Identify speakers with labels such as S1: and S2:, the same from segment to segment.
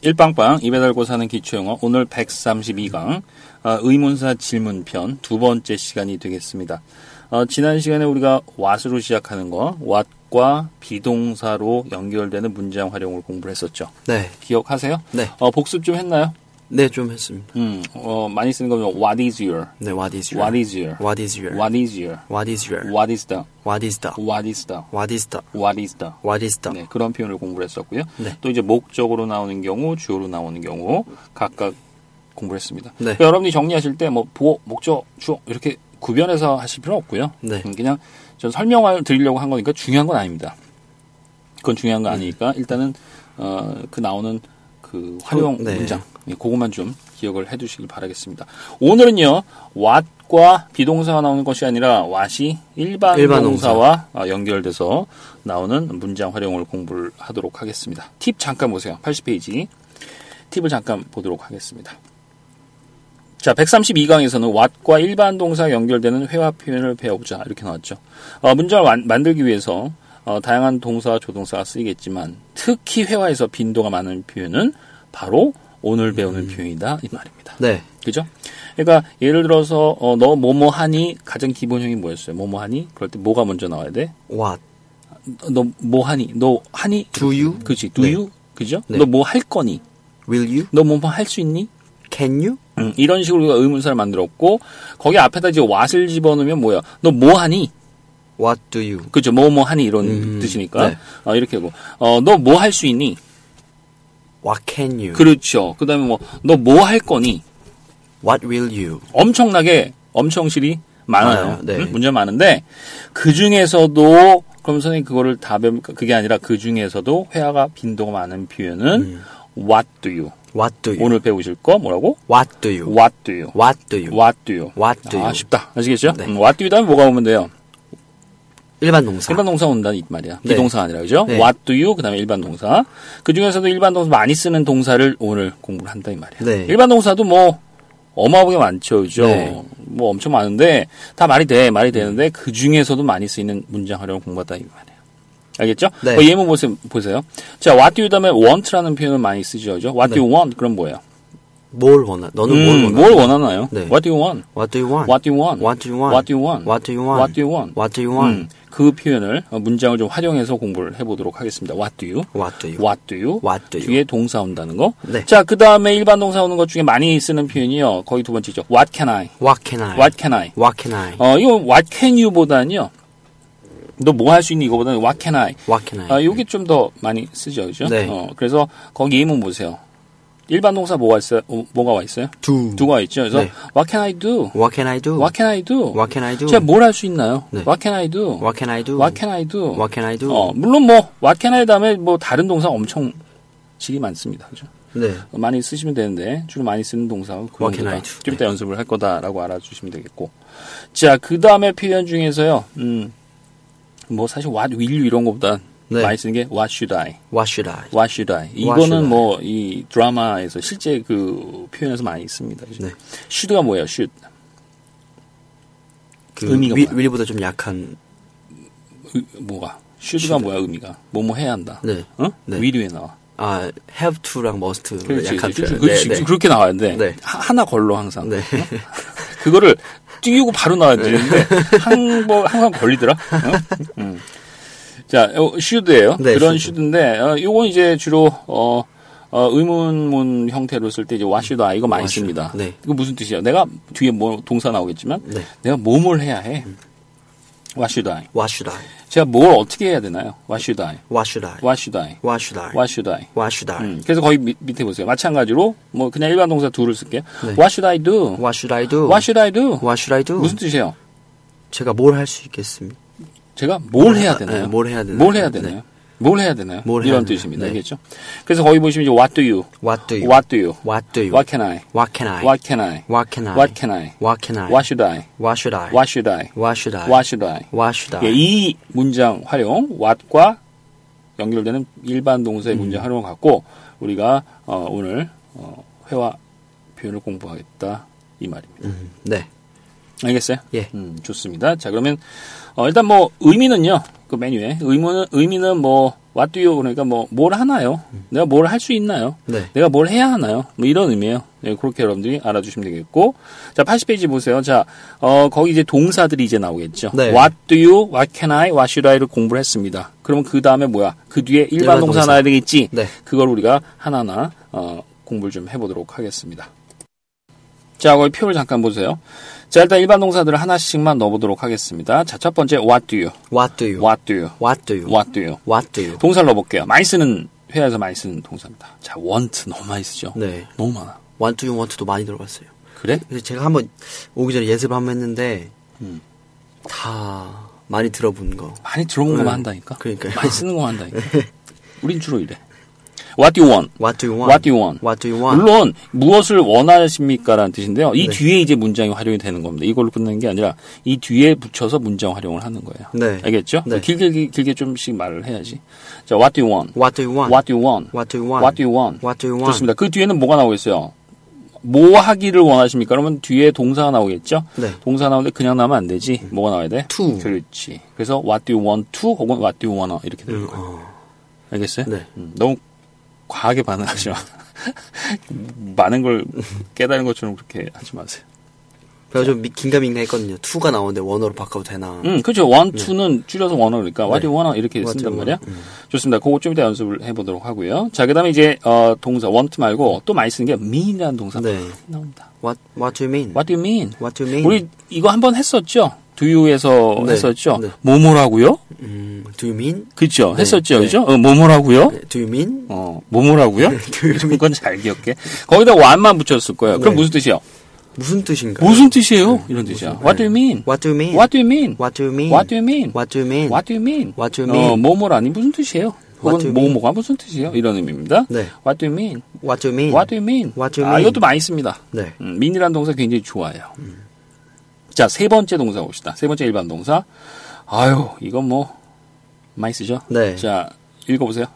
S1: 일빵빵 입에 달고 사는 기초영어 오늘 132강 아, 의문사 질문편 두 번째 시간이 되겠습니다. 어, 지난 시간에 우리가 what으로 시작하는 거 what과 비동사로 연결되는 문장 활용을 공부를 했었죠.
S2: 네,
S1: 기억하세요?
S2: 네,
S1: 어, 복습 좀 했나요?
S2: 네, 좀 했습니다.
S1: 음, 어, 많이 쓰는 거죠. What is your?
S2: 네, what is your?
S1: What is your?
S2: What is your?
S1: What is your?
S2: What is your?
S1: What is the?
S2: What is the?
S1: What is the?
S2: What is the?
S1: What is the?
S2: What is the?
S1: 네, 그런 표현을 공부를 했었고요.
S2: 네.
S1: 또 이제 목적으로 나오는 경우, 주어로 나오는 경우 각각 공부를 했습니다.
S2: 네.
S1: 그러니까 여러분이 정리하실 때 뭐 보호, 목적, 주어 이렇게 구별해서 하실 필요 없고요.
S2: 네.
S1: 음, 그냥 전 설명을 드리려고 한 거니까 중요한 건 아닙니다. 그건 중요한
S2: 네.
S1: 거 아니니까 일단은 어, 그 나오는 그 활용
S2: 네.
S1: 문장 예, 그것만 좀 기억을 해두시길 바라겠습니다. 오늘은요 what과 비동사가 나오는 것이 아니라 what이 일반,
S2: 일반 동사.
S1: 동사와 어, 연결돼서 나오는 문장 활용을 공부를 하도록 하겠습니다. 팁 잠깐 보세요. 80페이지 팁을 잠깐 보도록 하겠습니다. 자, 132강에서는 what과 일반 동사 연결되는 회화 표현을 배워보자 이렇게 나왔죠. 어, 문장을 완- 만들기 위해서 어, 다양한 동사와 조동사가 쓰이겠지만 특히 회화에서 빈도가 많은 표현은 바로 오늘 배우는
S2: 음.
S1: 표현이다 이 말입니다.
S2: 네,
S1: 그죠? 그러니까 예를 들어서 어, 너 뭐뭐 하니 가장 기본형이 뭐였어요? 뭐뭐 하니? 그럴 때 뭐가 먼저 나와야 돼?
S2: what?
S1: 너 뭐 하니? 너 하니?
S2: Do you?
S1: 그렇지. do
S2: 네.
S1: you? 그죠?
S2: 네.
S1: 너 뭐 할 거니?
S2: Will you?
S1: 너 뭐 뭐 할 수 있니?
S2: Can you?
S1: 음, 이런 식으로 우리가 의문사를 만들었고 거기 앞에다 이제 what을 집어넣으면 뭐야? 너 뭐 하니?
S2: What do you?
S1: 그죠? 뭐 뭐 하니 이런
S2: 음,
S1: 뜻이니까
S2: 네.
S1: 어, 이렇게 하고 어, 너 뭐 할 수 있니?
S2: What can you?
S1: 그렇죠. 그다음에 뭐 너 뭐 할 거니?
S2: What will you?
S1: 엄청나게 엄청실이 많아요.
S2: 많아요. 네.
S1: 음, 문제 많은데 그 중에서도 그럼 선생님 그거를 다 배우니까 그게 아니라 그 중에서도 회화가 빈도가 많은 표현은
S2: 음.
S1: what do you
S2: What do you?
S1: 오늘 배우실 거 뭐라고?
S2: What do you?
S1: what do you
S2: What do you?
S1: what do you
S2: What do
S1: 아
S2: you?
S1: 쉽다 아시겠죠?
S2: 네.
S1: 음, what do you 다음에 뭐가 오면 돼요?
S2: 일반 동사.
S1: 일반 동사 온다 이 말이야.
S2: 아. 네.
S1: 비동사 가 아니라 그죠?
S2: 네.
S1: what do you 그다음에 일반 동사. 그 중에서도 일반 동사 많이 쓰는 동사를 오늘 공부를 한다 이 말이야.
S2: 네.
S1: 일반 동사도 뭐 어마어마하게 많죠, 그죠?
S2: 네. 음.
S1: 뭐 엄청 많은데 다 말이 돼, 말이 되는데 그 중에서도 많이 쓰이는 문장 활용을 공부하다 이 말이야. 알겠죠?
S2: 네.
S1: 어, 예문 보세요. 보세요. 자, what do you 다음에 want라는 표현을 많이 쓰죠, 그죠? What do you want? 그럼 뭐예요?
S2: 뭘 원하? 너는
S1: 음,
S2: 네.
S1: 뭘
S2: 뭘 원하?
S1: 원하나요?
S2: 네.
S1: What do you want?
S2: What do you want?
S1: What do you want?
S2: What do you want?
S1: What do you want?
S2: What do you want?
S1: What do you want?
S2: What do you
S1: 음,
S2: want?
S1: 그 표현을 어, 문장을 좀 활용해서 공부를 해보도록 하겠습니다. What do you?
S2: What do you?
S1: What do you?
S2: What do you?
S1: 뒤에 동사 온다는 거.
S2: 네.
S1: 자, 그 다음에 일반 동사 오는 것 중에 많이 쓰는 표현이요. 거의 두 번째죠. What can I?
S2: What can I?
S1: What can I?
S2: What can I?
S1: 어, 이거 What can you?보다는요. 너 뭐 할 수 있니? 이거보다는 What can I?
S2: What can
S1: 아,
S2: I?
S1: 요게 좀 더 많이 쓰죠, 그죠?
S2: 네.
S1: 어, 그래서 거기 예문 보세요. 일반 동사 뭐가 있어요? 어, 뭐가 와 있어요?
S2: Do.
S1: 두가 와 있죠. 그래서
S2: 네.
S1: What can I do?
S2: What can I do?
S1: What can I do?
S2: What can I do?
S1: 제가 뭘 할 수 있나요?
S2: 네.
S1: What can I do?
S2: What can I do?
S1: What can I do?
S2: What can I do?
S1: 어, 물론 뭐 what can I 다음에 뭐 다른 동사 엄청 질이 많습니다. 그죠?
S2: 네.
S1: 어, 많이 쓰시면 되는데 주로 많이 쓰는 동사가 그
S2: What can
S1: 정도다.
S2: I do? 네.
S1: 좀 이따 연습을 할 거다라고 알아주시면 되겠고 자 그 다음에 표현 중에서요 음, 뭐 사실 what will you 이런 것보다
S2: 네.
S1: 많이 쓰는 게 what should I
S2: What should I?
S1: What should I?
S2: should
S1: 이거는
S2: I?
S1: 뭐 이 드라마에서 실제 그 표현에서 많이 있습니다. 그죠?
S2: 네.
S1: should가 뭐예요? should
S2: 그
S1: 의미가
S2: 위,
S1: 뭐야?
S2: 위보다 좀 약한
S1: 의- 뭐가 should가 뭐야 의미가 뭐뭐 해야 한다.
S2: 네.
S1: 어?
S2: 네.
S1: will에 나와.
S2: 아 have to랑 must
S1: 그렇지,
S2: 약한
S1: 그렇지,
S2: 표현.
S1: 그렇지, 그렇지. 그렇게 나와야돼
S2: 네.
S1: 하나 걸로 항상.
S2: 네.
S1: 그거를 띄우고 바로 나와야 되는데 항뭐 항상 걸리더라. 어? 음. 자, 요 슈드예요.
S2: 네,
S1: 그런
S2: 슈드.
S1: 슈드인데 어, 요건 이제 주로 어, 어, 의문문 형태로 쓸 때 이제 와슈다 이거 많이
S2: What should-
S1: 씁니다.
S2: 네.
S1: 이거 무슨 뜻이야? 내가 뒤에 뭐 동사 나오겠지만
S2: 네.
S1: 내가 뭐뭘 해야 해. 와슈다.
S2: What should I?
S1: 제가 뭘 어떻게 해야 되나요? 와슈다.
S2: What should I?
S1: 와슈다.
S2: What should I?
S1: 와슈다.
S2: What should I?
S1: 음, 그래서 거의 밑, 밑에 보세요. 마찬가지로 뭐 그냥 일반 동사 둘을 쓸게요.
S2: 네.
S1: What should I do?
S2: What should I do?
S1: What should I do?
S2: What should I do?
S1: 무슨 뜻이에요?
S2: 제가 뭘 할 수 있겠습니까?
S1: 제가 뭘 해야
S2: 아,
S1: 되나요?
S2: 네, 뭘 해야 되나요?
S1: 뭘 해야 되나요?
S2: 네.
S1: 뭘 해야 되나요?
S2: 뭘 해야
S1: 이런
S2: 되나요?
S1: 뜻입니다.
S2: 네.
S1: 알겠죠? 그래서 거기 보시면 이제 what do you?
S2: What do you?
S1: What do you?
S2: What do you?
S1: What can I?
S2: What can I?
S1: What can I?
S2: What can I?
S1: What can I?
S2: What can I?
S1: What should I?
S2: What should I?
S1: What should I?
S2: What should I?
S1: What should I?
S2: What should
S1: 예,
S2: I?
S1: 이 문장 활용 what과 연결되는 일반 동사의
S2: 음.
S1: 문장 활용을 갖고 우리가 어, 오늘 어, 회화 표현을 공부하겠다 이 말입니다.
S2: 음, 네.
S1: 알겠어요?
S2: 예.
S1: 음, 좋습니다. 자, 그러면, 어, 일단 뭐, 의미는요, 그 메뉴에, 의문은, 의미는 뭐, What do you 그러니까 뭐 뭘 하나요? 내가 뭘 할 수 있나요?
S2: 네.
S1: 내가 뭘 해야 하나요? 뭐 이런 의미예요. 예, 그렇게 여러분들이 알아주시면 되겠고. 자, 80페이지 보세요. 자, 어, 거기 이제 동사들이 이제 나오겠죠.
S2: 네.
S1: What do you, what can I, what should I를 공부를 했습니다. 그러면 그 다음에 뭐야? 그 뒤에 일반,
S2: 일반
S1: 동사
S2: 동사.
S1: 나야 되겠지?
S2: 네.
S1: 그걸 우리가 하나하나 어, 공부를 좀 해보도록 하겠습니다. 자, 거기 표를 잠깐 보세요. 자, 일단 일반 동사들을 하나씩만 넣어보도록 하겠습니다. 자, 첫 번째, what do you,
S2: What do you?
S1: what do you,
S2: What do you?
S1: what do you.
S2: What do you?
S1: 동사를 넣어볼게요. 많이 쓰는, 회화에서 많이 쓰는 동사입니다. 자, want 너무 많이 쓰죠?
S2: 네.
S1: 너무 많아.
S2: What do you want도 많이 들어봤어요.
S1: 그래?
S2: 그래서 제가 한번 오기 전에 예습을 한번 했는데
S1: 음.
S2: 다 많이 들어본 거.
S1: 많이 들어본
S2: 네.
S1: 것만 한다니까.
S2: 그러니까요. 네.
S1: 많이 쓰는 것만 한다니까. 우린 주로 이래. What do you want?
S2: What do you want?
S1: What do you want?
S2: What do you want?
S1: 물론 무엇을 원하십니까라는 뜻인데요. 이
S2: 네.
S1: 뒤에 이제 문장이 활용이 되는 겁니다. 이걸로 끝내는 게 아니라 이 뒤에 붙여서 문장 활용을 하는 거예요.
S2: 네.
S1: 알겠죠?
S2: 네.
S1: 길게 길- 길게 좀씩 말을 해야지. 자, what do you want?
S2: What do you want?
S1: What do you want?
S2: What do you want?
S1: What do you want?
S2: What do you want?
S1: 좋습니다. 그 뒤에는 뭐가 나오겠어요? 뭐 하기를 원하십니까? 그러면 뒤에 동사가 나오겠죠?
S2: 네. 음.
S1: 동사 나오는데 그냥 나오면 안 되지. 뭐가 나와야 돼?
S2: To.
S1: 그렇지. 그래서 what do you want to 혹은 what do you wanna 이렇게 되는
S2: 음,
S1: 거예요.
S2: 어.
S1: 알겠어요?
S2: 네.
S1: 음, 너무 과하게 반응하지 마. 많은 걸 깨달은 것처럼 그렇게 하지 마세요.
S2: 제가 좀 미- 긴가민가했거든요. to가 나오는데 원어로 바꿔도 되나?
S1: 음, 그렇죠. want to는 줄여서 wanna 그러니까 what do you wanna 이렇게
S2: 네. What do
S1: 쓴단
S2: you 음.
S1: 말이야.
S2: want?
S1: 좋습니다. 그거 좀 이따 연습을 해보도록 하고요. 자, 그 다음에 이제 어, 동사 want 말고 또 많이 쓰는 게 mean이라는 동사
S2: 네.
S1: 많이 나옵니다.
S2: What What do you mean?
S1: What do you mean?
S2: What do you mean?
S1: 음. 우리 이거 한번 했었죠. do you에서
S2: 네,
S1: 했었죠.
S2: 네.
S1: 뭐뭐라고요?
S2: 음, do you mean?
S1: 그렇죠.
S2: 네,
S1: 했었죠.
S2: 네.
S1: 그죠? 어, 뭐뭐라고요?
S2: 네, Do you mean?
S1: 어, 뭐뭐라고요?
S2: do you mean?
S1: 그건 잘 기억해. 거기다 what만 붙였을 거예요. 그럼
S2: 네.
S1: 무슨 뜻이요?
S2: 무슨 뜻인가?
S1: 무슨 뜻이에요? 이런 뜻이야. What do you mean?
S2: What do you mean?
S1: What do you mean?
S2: What do you mean?
S1: What do you mean?
S2: What do you mean?
S1: What do you mean?
S2: What do you mean?
S1: 어, 뭐뭐라니 무슨 뜻이에요?
S2: What do
S1: 혹은
S2: you mean?
S1: 뭐뭐가 무슨 뜻이에요? 이런 의미입니다.
S2: 네.
S1: What do you mean?
S2: What do you mean?
S1: What do you mean?
S2: What do you
S1: 아,
S2: mean?
S1: 이것도 많이 씁니다.
S2: 네.
S1: 음, mean이라는 동사 굉장히 좋아요. 자, 세 번째 동사 봅시다. 세 번째 일반 동사. 아유, 이건 뭐 많이 쓰죠?
S2: 네.
S1: 자, 읽어보세요.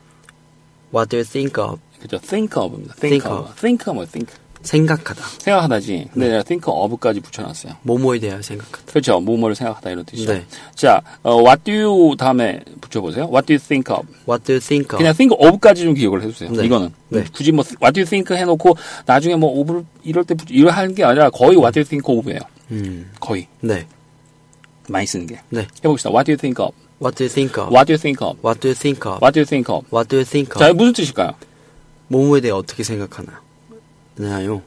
S2: What do you think of?
S1: 그죠? Think of입니다.
S2: Think
S1: Think of. Think of 뭐 think.
S2: 생각하다.
S1: 생각하다지. 근데
S2: 네.
S1: 내가 think of까지 붙여놨어요.
S2: 뭐뭐에 대하여 생각하다.
S1: 그렇죠. 뭐뭐를 생각하다 이런 뜻이죠.
S2: 네.
S1: 자, 어, what do you 다음에 붙여보세요. What do you think of?
S2: What do you think of?
S1: 그냥 think of까지 좀 기억을 해주세요.
S2: 어. 네.
S1: 이거는
S2: 네.
S1: 굳이 뭐 what do you think 해놓고 나중에 뭐 of를 이럴 때 붙- 이걸 하는 게 아니라 거의 what do you think of예요.
S2: 음.
S1: 거의
S2: 네.
S1: 많이 쓰는 게.
S2: 네.
S1: 해봅시다. What do you think of?
S2: What do you think of?
S1: What do you think of?
S2: What do you think of?
S1: What do you think of?
S2: What do you think of?
S1: 자, 이게 무슨 뜻일까요?
S2: 뭐뭐에 대해 어떻게 음. 생각하나?
S1: 네.
S2: 나요.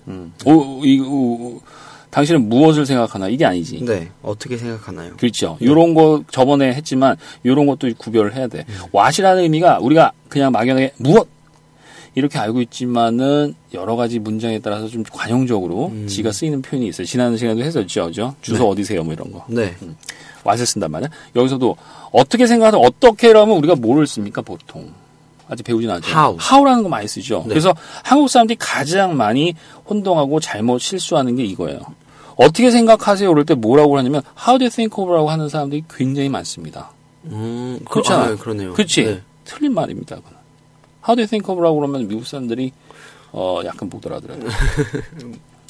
S1: 오, 이, 오, 오, 당신은 무엇을 생각하나? 이게 아니지.
S2: 네. 어떻게 생각하나요?
S1: 그렇죠. 요런 거 저번에 했지만 요런 것도 구별을 해야 돼. what이라는 의미가 우리가 그냥 막연하게 무엇 이렇게 알고 있지만은 여러 가지 문장에 따라서 좀 관용적으로 지가 쓰이는 표현이 있어요. 지난 시간에도 했었죠. 그죠? 주소 어디세요? 뭐 이런 거.
S2: 네.
S1: what을 쓴단 말이야. 여기서도 어떻게 생각하든 어떻게라면 우리가 뭐를 씁니까? 보통. 아직 배우진 않죠.
S2: How.
S1: 라는거 많이 쓰죠.
S2: 네.
S1: 그래서 한국 사람들이 가장 많이 혼동하고 잘못 실수하는 게 이거예요. 어떻게 생각하세요? 그럴 때 뭐라고 하냐면 how do you think of라고 하는 사람들이 굉장히 많습니다.
S2: 음, 그-
S1: 그렇잖아요.
S2: 아, 그러네요.
S1: 그렇지.
S2: 네.
S1: 틀린 말입니다. 그건. How do you think of라고 그러면 미국 사람들이 어 약간 못 알아들어요.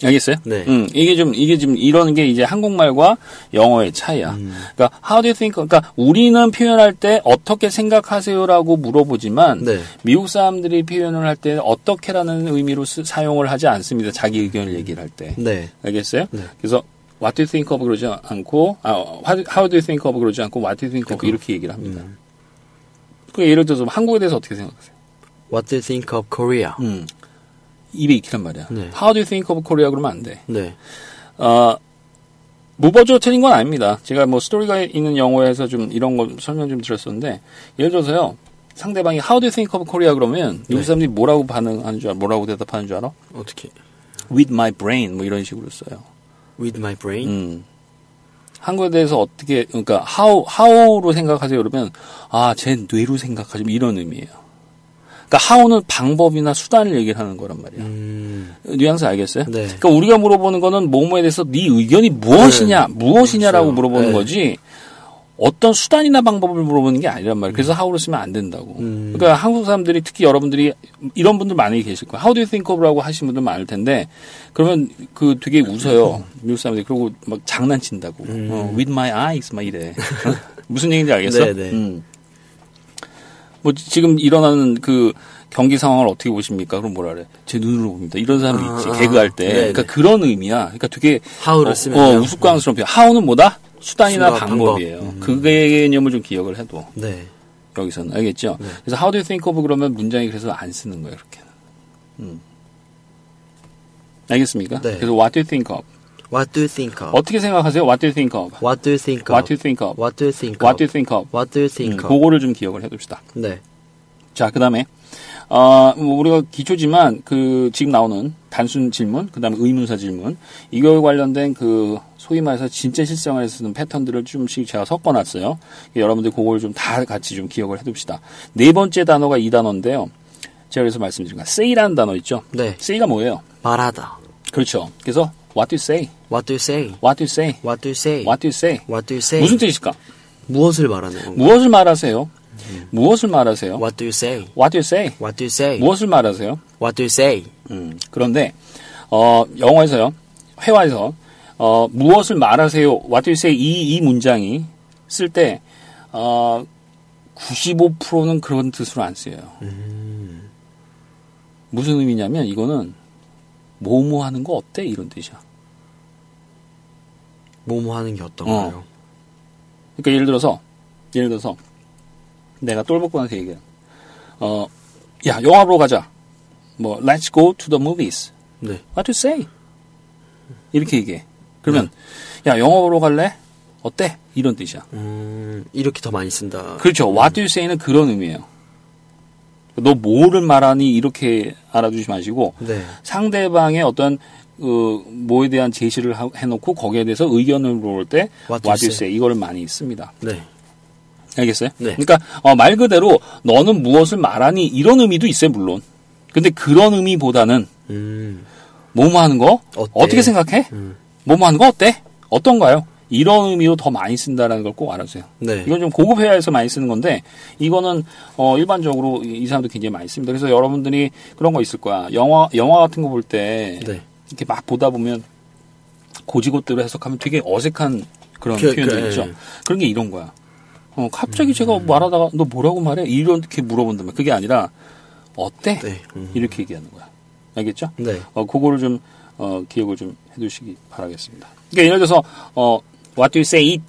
S1: 알겠어요?
S2: 네.
S1: 음, 이게 좀 이게 지금 이런 게 이제 한국말과 영어의 차이야.
S2: 음.
S1: 그러니까 how do you think? of- 그러니까 우리는 표현할 때 어떻게 생각하세요라고 물어보지만
S2: 네.
S1: 미국 사람들이 표현을 할 때 어떻게라는 의미로 쓰- 사용을 하지 않습니다. 자기 의견을 얘기를 할 때.
S2: 네.
S1: 알겠어요?
S2: 네.
S1: 그래서 what do you think of 그러지 않고 아, how do- how do you think of 그러지 않고 what do you think of 이렇게 얘기를 합니다. 그 예를 들어서 한국에 대해서 어떻게 생각하세요?
S2: What do you think of Korea?
S1: 음. 입에 익히란 말이야.
S2: 네.
S1: How do you think of Korea 그러면 안 돼.
S2: 네.
S1: 어, 무버조 틀린 건 아닙니다. 제가 뭐 스토리가 있는 영어에서 좀 이런 거 설명 좀 드렸었는데 예를 들어서요. 상대방이 how do you think of Korea 그러면 미국 사람들이 뭐라고 반응하는 줄 알아? 뭐라고 대답하는 줄 알아?
S2: 어떻게?
S1: With my brain 뭐 이런 식으로 써요.
S2: With my brain?
S1: 음. 한국에 대해서 어떻게 그러니까 how how로 생각하세요 그러면 아 제 뇌로 생각하지 뭐 이런 의미예요. 그러니까 how는 방법이나 수단을 얘기를 하는 거란 말이야.
S2: 음.
S1: 뉘앙스 알겠어요?
S2: 네.
S1: 그러니까 우리가 물어보는 거는 뭐뭐에 대해서 네 의견이 무엇이냐
S2: 네.
S1: 무엇이냐라고
S2: 그렇죠.
S1: 물어보는
S2: 네.
S1: 거지. 어떤 수단이나 방법을 물어보는 게 아니란 말이에요. 그래서 how를 쓰면 안 된다고.
S2: 음.
S1: 그러니까 한국 사람들이 특히 여러분들이 이런 분들 많이 계실 거예요. How do you think of라고 하신 분들 많을 텐데 그러면 그 되게 웃어요. 미국 사람들이 그러고 막 장난친다고.
S2: 음.
S1: 어, with my eyes 막 이래. 무슨 얘기인지 알겠어?
S2: 네, 네.
S1: 음. 뭐 지금 일어나는 그 경기 상황을 어떻게 보십니까? 그럼 뭐라 그래? 제 눈으로 봅니다. 이런 사람이
S2: 아,
S1: 있지.
S2: 아.
S1: 개그할 때.
S2: 네네.
S1: 그러니까 그런 의미야. 그러니까 되게
S2: 하울을
S1: 어,
S2: 쓰면
S1: 어, 우스꽝스러운 표현. 하우는 뭐다? 수단이나
S2: 수단과 방법. 음.
S1: 방법이에요. 그 개념을 좀 기억을 해도
S2: 네.
S1: 여기서는 알겠죠. 그래서 how do you think of 그러면 문장이 그래서 안 쓰는 거예요. 이렇게는. 음. 알겠습니까?
S2: 네.
S1: 그래서 what do you think of?
S2: What do you think of?
S1: 어떻게 생각하세요? What do you think of?
S2: What do you think of?
S1: What do you think of?
S2: What do you think of?
S1: What do you think of?
S2: What do you
S1: 음,
S2: think of?
S1: 그거를 좀 기억을 해둡시다.
S2: 네.
S1: 자, 그 다음에, 어, 뭐 우리가 기초지만, 그, 지금 나오는 단순 질문, 그 다음에 의문사 질문, 이거에 관련된 그, 소위 말해서 진짜 실생활에서 쓰는 패턴들을 좀씩 제가 섞어놨어요. 여러분들 그걸 좀 다 같이 좀 기억을 해둡시다. 네 번째 단어가 이 단어인데요. 제가 그래서 말씀드린 건, say라는 단어 있죠?
S2: 네.
S1: say가 뭐예요?
S2: 말하다.
S1: 그렇죠. 그래서, what do you say?
S2: What do you say?
S1: what do you say?
S2: What do you say?
S1: what do you say?
S2: What do you say?
S1: 무슨 뜻일까?
S2: 무엇을 말하는 건가?
S1: 무엇을 말하세요? 무엇을 말하세요?
S2: What do you say?
S1: what do you say?
S2: What do you say?
S1: 무엇을 말하세요?
S2: What do you say?
S1: 음, 그런데 어, 영어에서요, 회화에서 어, 무엇을 말하세요? What do you say? 이, 이 문장이 쓸 때 어, 95%는 그런 뜻으로 안 쓰여요. 무슨 의미냐면 이거는 뭐뭐 하는 거 어때? 이런 뜻이야.
S2: 뭐뭐 하는 게 어떤가요?
S1: 그러니까 예를 들어서 예를 들어서 내가 똘복군한테 얘기해. 어, 야 영화 보러 가자. 뭐 Let's go to the movies.
S2: 네.
S1: What to say? 이렇게 얘기해. 그러면
S2: 네.
S1: 야 영화 보러 갈래? 어때? 이런 뜻이야.
S2: 음, 이렇게 더 많이 쓴다.
S1: 그렇죠. What do you say는 그런 의미예요. 너 뭐를 말하니 이렇게 알아두지 마시고
S2: 네.
S1: 상대방의 어떤 그 뭐에 대한 제시를 하- 해놓고 거기에 대해서 의견을 물어볼 때 What
S2: What do you
S1: do you
S2: say?
S1: say? 이거를 많이 씁니다.
S2: 네.
S1: 알겠어요?
S2: 네.
S1: 그러니까 어, 말 그대로 너는 무엇을 말하니 이런 의미도 있어요 물론. 근데 그런 의미보다는
S2: 음,
S1: 뭐뭐 하는 거
S2: 어때?
S1: 어떻게 생각해?
S2: 음.
S1: 뭐뭐 하는 거 어때? 어떤가요? 이런 의미로 더 많이 쓴다라는 걸 꼭 알아주세요.
S2: 네.
S1: 이건 좀 고급 회화에서 많이 쓰는 건데 이거는 어, 일반적으로 이, 이 사람도 굉장히 많이 씁니다. 그래서 여러분들이 그런 거 있을 거야. 영화 영화 같은 거 볼 때
S2: 네.
S1: 이렇게 막 보다 보면 고지고대로 해석하면 되게 어색한 그런
S2: 그-
S1: 표현들
S2: 그-
S1: 있죠.
S2: 예. 음.
S1: 그런 게 이런 거야. 어, 갑자기 제가 말하다가 너 뭐라고 말해? 이렇게 물어본다면 그게 아니라 어때?
S2: 네. 음.
S1: 이렇게 얘기하는 거야. 알겠죠?
S2: 네.
S1: 어, 그거를 좀 어, 기억을 좀 해두시기 바라겠습니다. 그러니까 예를 들어서 어, What do you say it?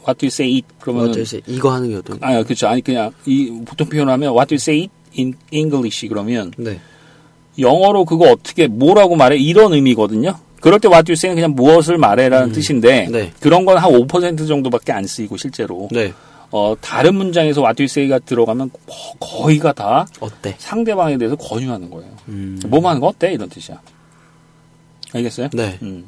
S1: What do you say it?
S2: What do
S1: 그러면
S2: you say? 이거 하는 게 어떤가?
S1: 아 그렇죠. 아니 그냥 이 보통 표현하면 What do you say it in English? 그러면
S2: 네.
S1: 영어로 그거 어떻게 뭐라고 말해 이런 의미거든요. 그럴 때 what you say는 그냥 무엇을 말해라는 뜻인데
S2: 네.
S1: 그런 건 한 5% 정도밖에 안 쓰이고 실제로
S2: 네.
S1: 어, 다른 문장에서 what you say가 들어가면 거- 거의가 다
S2: 어때?
S1: 상대방에 대해서 권유하는 거예요.
S2: 음.
S1: 뭐만 하는 거 어때 이런 뜻이야. 알겠어요?
S2: 네.
S1: 음.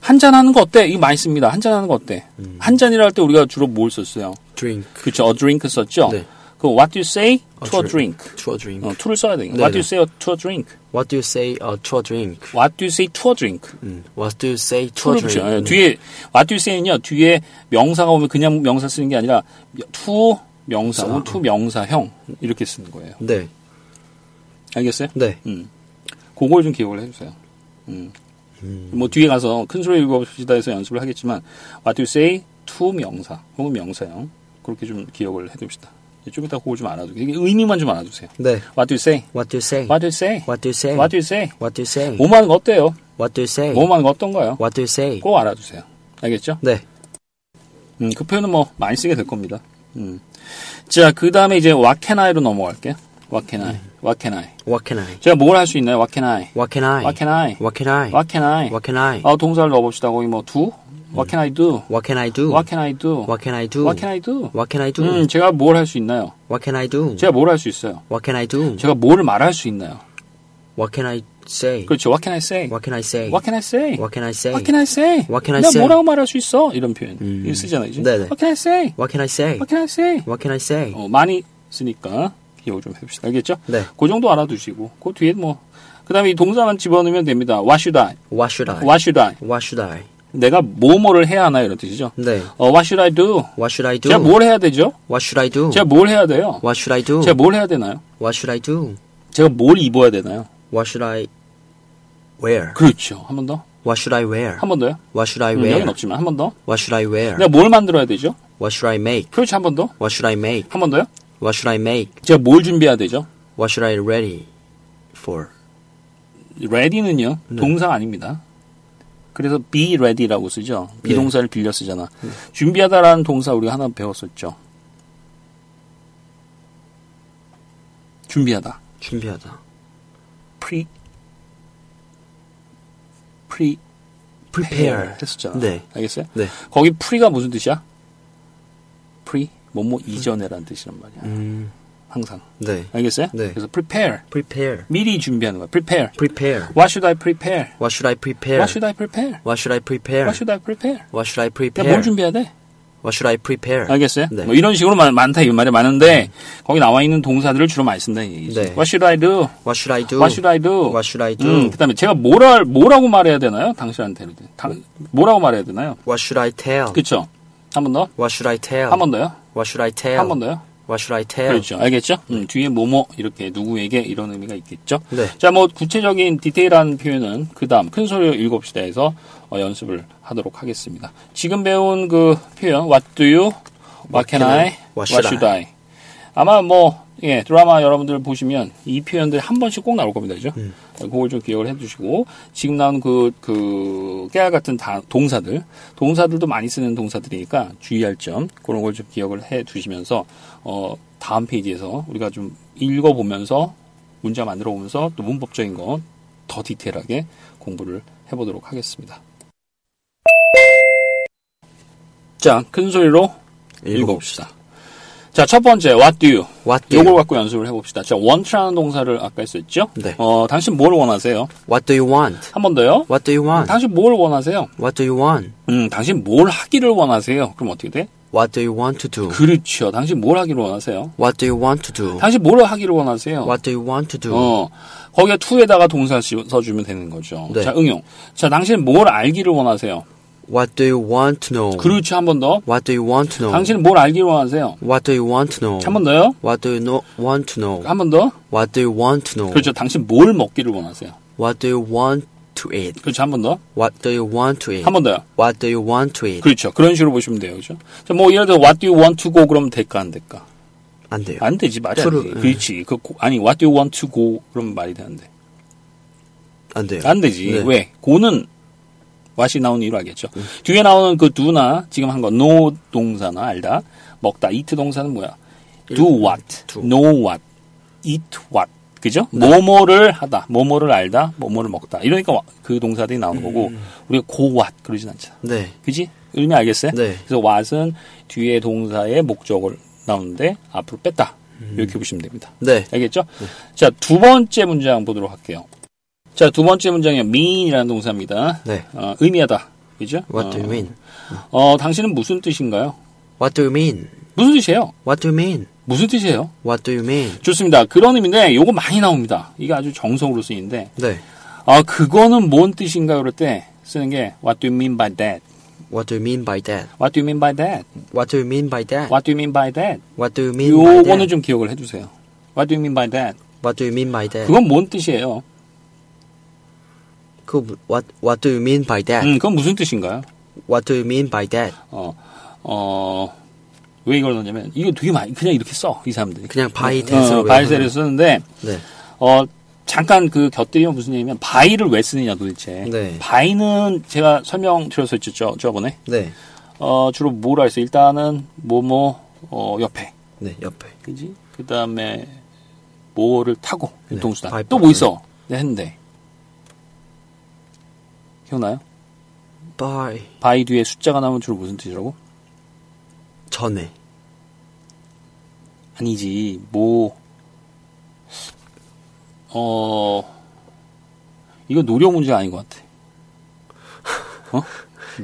S1: 한잔 하는 거 어때? 이거 많이 씁니다. 한잔 하는 거 어때?
S2: 음.
S1: 한 잔이라 할 때 우리가 주로 뭘 썼어요?
S2: drink.
S1: 그렇죠. a drink 썼죠.
S2: 네.
S1: 그 what you say
S2: A
S1: to a drink.
S2: drink. To a drink.
S1: 어, to를 써야 돼요.
S2: 네,
S1: what
S2: 네.
S1: you say to a drink.
S2: What do you say? Uh, to a drink.
S1: What do you say to a drink?
S2: 음. What do you say? To a
S1: 그렇죠. 예,
S2: drink.
S1: 뒤에 what do you say는요. 뒤에 명사가 오면 그냥 명사 쓰는 게 아니라 to
S2: 아.
S1: 명사고 to 명사형 이렇게 쓰는 거예요.
S2: 네.
S1: 알겠어요?
S2: 네.
S1: 음. 그걸 좀 기억을 해주세요. 음. 뭐 뒤에 가서 큰 소리 읽어봅시다 해서 연습을 하겠지만 what do you say to 명사 혹은 명사형 그렇게 좀 기억을 해둡시다. 좀 이따 그걸 좀 알아두세요. 이게 의미만 좀 알아두세요.
S2: 네.
S1: What do you say?
S2: What do you say?
S1: 음. What do you say?
S2: What do you say?
S1: What do you say?
S2: What do you say?
S1: 몸하는 거 어때요?
S2: What do you say?
S1: 몸하는 거 어떤가요?
S2: What do you say?
S1: 꼭 알아두세요. 알겠죠?
S2: 네.
S1: 음, 그 표현은 뭐 많이 쓰게 될 겁니다. 음. 자, 그 다음에 이제 what can I로 넘어갈게요. What can I? What can I?
S2: What can I?
S1: 제가 뭘 할 수 있나요? What can I?
S2: What can I?
S1: What can I?
S2: What can I?
S1: What can I?
S2: What can I?
S1: 아, 동사를 넣어봅시다. 거기 뭐 do? What can I do?
S2: What can I do?
S1: What can I do?
S2: Oh. What can I do?
S1: What can I do?
S2: What can I do?
S1: 음, 제가 뭘 할 수 있나요?
S2: What can I do? Hmm.
S1: 제가 뭘 할 수 있어요?
S2: What can I do?
S1: 제가 뭘 말할 수 있나요?
S2: What can I say?
S1: 그렇죠. What can I say?
S2: What can I say?
S1: What can I say?
S2: What can I say?
S1: What can I say?
S2: What can I
S1: 내가
S2: say?
S1: 뭐라고 말할 수 있어? 이런 표현.
S2: 음.
S1: 이거 쓰잖아요. 이제.
S2: 네네.
S1: What can I say?
S2: What can I say?
S1: What can I say?
S2: What can I Oh. say?
S1: 어, 많이 쓰니까 기억을 좀 해봅시다. 알겠죠?
S2: 네.
S1: 그 정도 알아두시고, 그 뒤에 뭐, 그 다음에 이 동사만 집어넣으면 됩니다. What should I?
S2: What should I?
S1: What should I?
S2: What should I?
S1: 내가 뭐뭐를 해야 하나 이런 뜻이죠.
S2: 네.
S1: 어, what should I do?
S2: What should I do?
S1: 제가 뭘 해야 되죠?
S2: What should I do?
S1: 제가 뭘 해야 돼요?
S2: What should I do?
S1: 제가 뭘 해야 되나요?
S2: What should I do?
S1: 제가 뭘 입어야 되나요?
S2: What should I wear?
S1: 그렇죠. 한 번 더?
S2: What should I wear?
S1: 한 번 더요?
S2: What should I
S1: 음, 여긴
S2: wear?
S1: 없지만 한 번 더? 네.
S2: What should I wear?
S1: 내가 뭘 만들어야 되죠?
S2: What should I make?
S1: 그렇죠. 한 번 더?
S2: What should I make?
S1: 한 번 더요?
S2: What should I make?
S1: 제가 뭘 준비해야 되죠?
S2: What should I ready for?
S1: ready는요 동사 아닙니다. 그래서 be ready라고 쓰죠. 비동사를 빌려 쓰잖아. 준비하다라는 동사 우리가 하나 배웠었죠. 준비하다.
S2: 준비하다.
S1: pre pre
S2: Prepare.
S1: 했었잖아.
S2: 네.
S1: 알겠어요?
S2: 네.
S1: 거기 pre가 무슨 뜻이야? pre 뭐뭐 이전에라는 뜻이란 말이야.
S2: 음.
S1: 항상.
S2: 네.
S1: 알겠어요?
S2: 네.
S1: 그래서 prepare
S2: Prepare.
S1: 미리 준비하는 거야. prepare.
S2: Prepare.
S1: What should I prepare?
S2: What should I prepare?
S1: What should I prepare?
S2: What should I prepare?
S1: What should I prepare?
S2: What should I
S1: 그냥
S2: prepare?
S1: 뭘 준비해야 돼?
S2: What should I prepare?
S1: 알겠어요?
S2: 네.
S1: 뭐 이런 식으로 많, 다이 말이 많은데 거기 나와 있는 동사들을 주로 많이 쓴다는 얘기지.
S2: 네.
S1: What should I do?
S2: What should I do?
S1: What should I do?
S2: What should I do?
S1: 음, 그다음에 제가 뭐라 뭐라고 말해야 되나요? 당신한테 이렇게. 당, 뭐라고 말해야 되나요?
S2: What should I tell?
S1: 그렇죠. 한 번 더.
S2: What should I tell?
S1: 한 번 더요.
S2: What should I tell?
S1: 한 번 더요.
S2: What should I tell?
S1: 그렇죠. 알겠죠? 음, 뒤에 뭐뭐 이렇게 누구에게 이런 의미가 있겠죠.
S2: 네.
S1: 자, 뭐 구체적인 디테일한 표현은 그다음 큰 소리로 일곱시대에서 어, 연습을 하도록 하겠습니다. 지금 배운 그 표현 What do you? What can I? What should I? 아마 뭐 예, 드라마 여러분들 보시면 이 표현들 한 번씩 꼭 나올 겁니다. 그죠? 그걸 좀 기억을 해 주시고 지금 나온 그, 그 깨알 같은 다- 동사들 동사들도 많이 쓰는 동사들이니까 주의할 점 그런 걸 좀 기억을 해 두시면서 어, 다음 페이지에서 우리가 좀 읽어 보면서 문자 만들어 보면서 또 문법적인 건 더 디테일하게 공부를 해 보도록 하겠습니다. 자, 큰 소리로 읽어봅시다. 자, 첫 번째, what do you?
S2: What do
S1: 요걸
S2: you,
S1: 갖고 연습을 해봅시다. 자, want라는 동사를 아까 했었죠?
S2: 네.
S1: 어, 당신 뭘 원하세요?
S2: What do you want?
S1: 한 번 더요.
S2: What do you want?
S1: 당신 뭘 원하세요?
S2: What do you want?
S1: 음, 당신 뭘 하기를 원하세요? 그럼 어떻게 돼?
S2: What do you want to do?
S1: 그렇죠. 당신 뭘 하기를 원하세요?
S2: What do you want to do?
S1: 당신 뭘 하기를 원하세요?
S2: What do you want to do?
S1: 어, 거기에 to에다가 동사 씌- 써주면 되는 거죠.
S2: 네.
S1: 자, 응용. 자, 당신 뭘 알기를 원하세요?
S2: What do you want to know?
S1: 그렇죠. 한 번 더.
S2: What do you want to know?
S1: 당신 뭘 알기를 원하세요?
S2: What do you want to know?
S1: 한 번 더요.
S2: What do you know, want to know?
S1: 한 번 더.
S2: What do you want to know?
S1: 그렇죠. 당신 뭘 먹기를 원하세요?
S2: What do you want to eat?
S1: 그렇죠. 한 번 더.
S2: What do you want to eat?
S1: 예. 한 번 더요.
S2: What do you want to eat?
S1: 그렇죠. 그런 식으로 보시면 돼요. 그렇죠? 자, 뭐 예를 들어 what do you want to go 그러면 될까 안 될까?
S2: 안 돼요.
S1: 안 되지 말이 안
S2: To를,
S1: 돼.
S2: 예.
S1: 그렇지. 그 고- 아니 what do you want to go 그러면 말이 되는데
S2: 안 돼요.
S1: 안 되지.
S2: 네. 음.
S1: 왜? 고는 what이 나오는 이유로 알겠죠. 뒤에 나오는 그 do나 지금 한 거 know 동사나 알다 먹다 eat 동사는 뭐야? do what,
S2: do.
S1: know what, eat what. 그죠?
S2: 네.
S1: 뭐뭐를 하다, 뭐뭐를 알다, 뭐뭐를 먹다. 이러니까 와- 그 동사들이 나오는 거고
S2: 음.
S1: 우리가 go what 그러진 않잖아.
S2: 네.
S1: 그지? 의미 알겠어요?
S2: 네.
S1: 그래서 what은 뒤에 동사의 목적을 나오는데 앞으로 뺐다. 이렇게 보시면 됩니다.
S2: 네.
S1: 알겠죠? 자, 두 번째 문장 보도록 할게요. 자, 두 번째 문장이 mean이라는 동사입니다.
S2: 네.
S1: 어, 의미하다. 그죠?
S2: What do
S1: 어,
S2: you mean?
S1: 어, 당신은 무슨 뜻인가요?
S2: What do you mean?
S1: 무슨 뜻이에요?
S2: What do you mean?
S1: 무슨 뜻이에요?
S2: What do you mean?
S1: 좋습니다. 그런 의미인데, 요거 많이 나옵니다. 이게 아주 정성으로 쓰이는데,
S2: 네.
S1: 아, 그거는 뭔 뜻인가 그럴 때 쓰는 게, what do you mean by that?
S2: What do you mean by that?
S1: what do you mean by that?
S2: What do you mean by that?
S1: what do you mean by that?
S2: What do you mean by
S1: 요거는
S2: that?
S1: 좀 기억을 해두세요. What do you mean by that?
S2: What do you mean by
S1: 네.
S2: that?
S1: 그건 뭔 뜻이에요?
S2: 그 뭐- what What do you mean by that?
S1: 음, 그건 무슨 뜻인가요?
S2: What do you mean by that?
S1: 어, 어, 왜 이걸 넣냐면, 이거 되게 많이, 그냥 이렇게 써, 이 사람들이.
S2: 그냥 by that으로
S1: 어, 바이세를 쓰는데,
S2: 네.
S1: 어, 잠깐 그 곁들이면 무슨 얘기냐면, 바이를 왜 쓰느냐 도대체.
S2: 네.
S1: 바이는 제가 설명 드렸었죠, 저- 저번에.
S2: 네.
S1: 어, 주로 뭐라 했어? 일단은, 뭐뭐, 어, 옆에.
S2: 네, 옆에.
S1: 그지? 그 다음에, 뭐를 타고,
S2: 네,
S1: 유통수단.
S2: 바이퍼.
S1: 또 뭐 있어? 네, 했는데. 기억나요?
S2: by
S1: 바이 뒤에 숫자가 나오면 주로 무슨 뜻이라고?
S2: 전에.
S1: 아니지, 뭐, 어, 이거 노력 문제 아닌 것 같아. 어?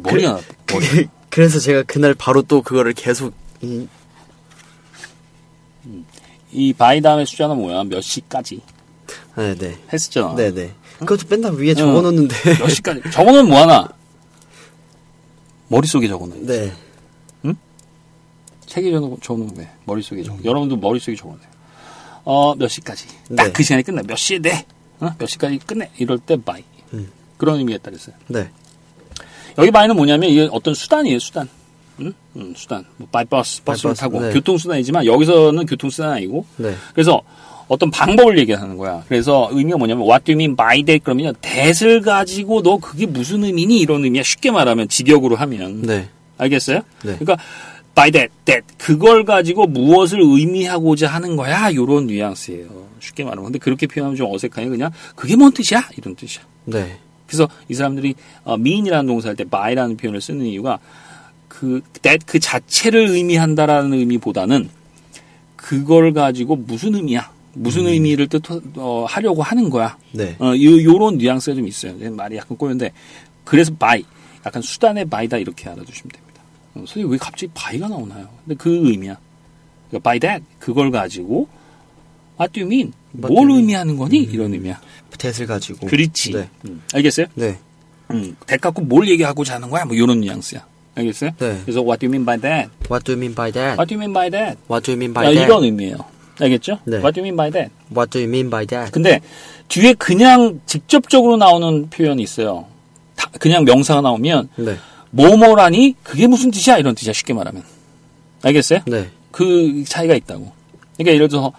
S1: 머리가 나빠. 뭐, 머리.
S2: 그게 그래서 제가 그날 바로 또 그거를 계속 음,
S1: 이 바이 다음에 숫자는 뭐야? 몇 시까지?
S2: 네, 네.
S1: 했었잖아.
S2: 네, 네. 그것도 맨날 위에 적어 놓는데.
S1: 몇 시까지? 저거는 뭐 하나? 머릿속에 적어놔.
S2: 네.
S1: 책에 적어- 적어놓으면 돼. 머릿속에 적어. 여러분도 머릿속에 적어놔요. 어, 몇 시까지? 딱
S2: 음. 네.
S1: 그 시간에 끝내. 몇 시에 돼? 어? 몇 시까지 끝내? 이럴 때 바이.
S2: 음.
S1: 그런 의미에 따라서요.
S2: 네.
S1: 여기 바이는 뭐냐면 이게 어떤 수단이에요, 수단. 음? 음, 수단, 뭐 by 버스, 버스를
S2: 버스,
S1: 타고
S2: 네.
S1: 교통수단이지만 여기서는 교통수단 아니고
S2: 네.
S1: 그래서 어떤 방법을 얘기하는 거야. 그래서 의미가 뭐냐면 what do you mean by that 그러면 that을 가지고 너 그게 무슨 의미니 이런 의미야. 쉽게 말하면 직역으로 하면
S2: 네.
S1: 알겠어요?
S2: 네.
S1: 그러니까 by that, that 그걸 가지고 무엇을 의미하고자 하는 거야. 요런 뉘앙스예요. 쉽게 말하면 근데 그렇게 표현하면 좀 어색하니 그냥 그게 뭔 뜻이야? 이런 뜻이야.
S2: 네.
S1: 그래서 이 사람들이 어, mean이라는 동사할 때 by라는 표현을 쓰는 이유가 그 that 그 자체를 의미한다라는 의미보다는 그걸 가지고 무슨 의미야? 무슨
S2: 음.
S1: 의미를 뜻 어, 하려고 하는 거야?
S2: 네.
S1: 어, 요, 요런 뉘앙스가 좀 있어요. 내 말이 약간 꼬였는데 그래서 by 약간 수단의 by다 이렇게 알아두시면 됩니다. 어, 선생님 왜 갑자기 by가 나오나요? 근데 그 의미야. 그러니까 by that 그걸 가지고 what do you mean?
S2: What
S1: 뭘
S2: do you mean?
S1: 의미하는 거니? 이런 의미야.
S2: 을 가지고.
S1: 그렇지.
S2: 네.
S1: 음, 알겠어요?
S2: 네.
S1: 음, 덱 갖고 뭘 얘기하고 자는 거야? 뭐 이런 뉘앙스야. 알겠어요?
S2: 네.
S1: 그래서 what do you mean by that?
S2: What do you mean by that?
S1: What do you mean by that?
S2: What do you mean by
S1: 아,
S2: that?
S1: 이런 의미예요. 알겠죠?
S2: 네.
S1: What do you mean by that?
S2: What do you mean by that?
S1: 근데 뒤에 그냥 직접적으로 나오는 표현이 있어요. 다- 그냥 명사가 나오면
S2: 네.
S1: 뭐뭐라니 그게 무슨 뜻이야? 이런 뜻이야. 쉽게 말하면. 알겠어요?
S2: 네.
S1: 그 차이가 있다고. 그러니까 예를 들어서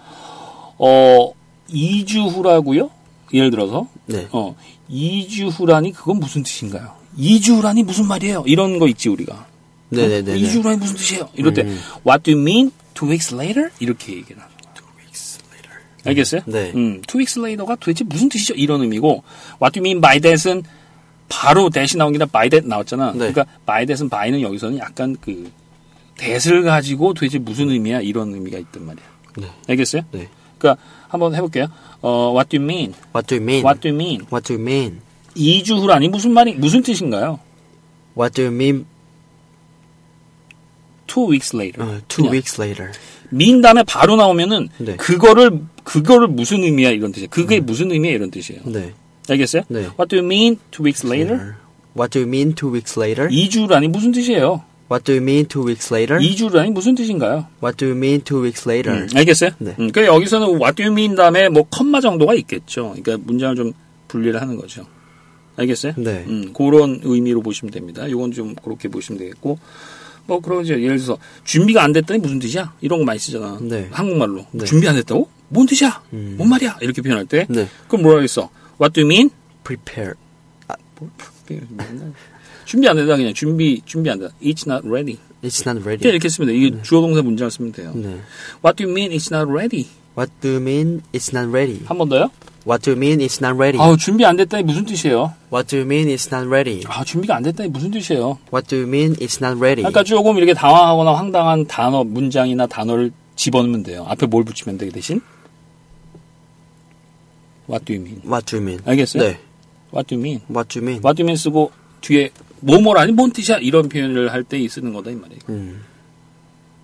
S1: 어 2주 후라고요? 예를 들어서
S2: 네.
S1: 어, 2주 후라니 그건 무슨 뜻인가요? 2주 후라니 무슨 말이에요? 이런 거 있지 우리가.
S2: 네, 네, 음. 네.
S1: 2주 후라니 무슨 어, 뜻이에요? 이럴 때 What do you mean? Two weeks later? 이렇게 얘기를 하는 거예요. 알겠어요?
S2: 네.
S1: 음, two weeks later가 도대체 무슨 뜻이죠? 이런 의미고 What do you mean by that은 바로 that이 나온 게 아니라 by that 나왔잖아.
S2: 네.
S1: 그러니까 by that은 by는 여기서는 약간 그 that을 가지고 도대체 무슨 의미야? 이런 의미가 있단 말이야.
S2: 네.
S1: 알겠어요?
S2: 네.
S1: 그러니까 한번 해볼게요. 어, what do you mean?
S2: What do you mean?
S1: What do you mean?
S2: What do you mean?
S1: 2주 후라니 무슨 말이 무슨 뜻인가요?
S2: What do you mean
S1: two weeks later.
S2: 어, two
S1: 그냥
S2: weeks later?
S1: 민 다음에 바로 나오면은
S2: 네.
S1: 그거를 그거를 무슨 의미야 이런 뜻이에요. 그게 무슨 의미야 이런 뜻이에요.
S2: 네.
S1: 알겠어요?
S2: 네.
S1: What do you mean two weeks later?
S2: What do you mean two weeks later?
S1: 2주라니 무슨 뜻이에요?
S2: What do you mean two weeks later?
S1: 2주라니 무슨 뜻인가요?
S2: What do you mean two weeks later?
S1: 음, 알겠어요?
S2: 네.
S1: 음, 그러니까 여기서는 what do you mean 다음에 뭐 컴마 정도가 있겠죠. 그러니까 문장을 좀 분리를 하는 거죠. 알겠어요?
S2: 네.
S1: 음, 그런 의미로 보시면 됩니다. 이건 좀 그렇게 보시면 되겠고 뭐 그런 이제 예를 들어서 준비가 안 됐다니 무슨 뜻이야? 이런 거 많이 쓰잖아.
S2: 네.
S1: 한국말로
S2: 네. 음.
S1: 준비 안 됐다고? 뭔 뜻이야? 뭔 말이야? 이렇게 표현할 때
S2: 네.
S1: 그럼 뭐라 그랬어? What do you mean?
S2: Prepare.
S1: 준비 안 된다 그냥 준비 준비 안 된다. It's not ready.
S2: It's not
S1: 그냥
S2: ready.
S1: 이렇게 쓰면 돼. 이게 주어 동사 문장을 쓰면 돼요.
S2: 예. 네.
S1: What do you mean it's not ready?
S2: What do you mean it's not ready?
S1: 한 번 더요?
S2: What do you mean it's not ready?
S1: 아우 준비 안 됐다니 무슨 뜻이에요?
S2: What do you mean it's not ready?
S1: 아 준비가 안 됐다니 무슨 뜻이에요?
S2: What do you mean it's not ready?
S1: 그러니까 조금 이렇게 당황하거나 황당한 단어 문장이나 단어를 집어넣으면 돼요. 앞에 뭘 붙이면 되기 대신 What do you mean?
S2: What do you mean?
S1: 알겠어요?
S2: 네.
S1: What do you mean?
S2: What do you mean?
S1: What do you mean 쓰고 뒤에 뭐뭐라니 뭔 뜻이야 이런 표현을 할 때 쓰는 거다 이 말이에요.
S2: 음.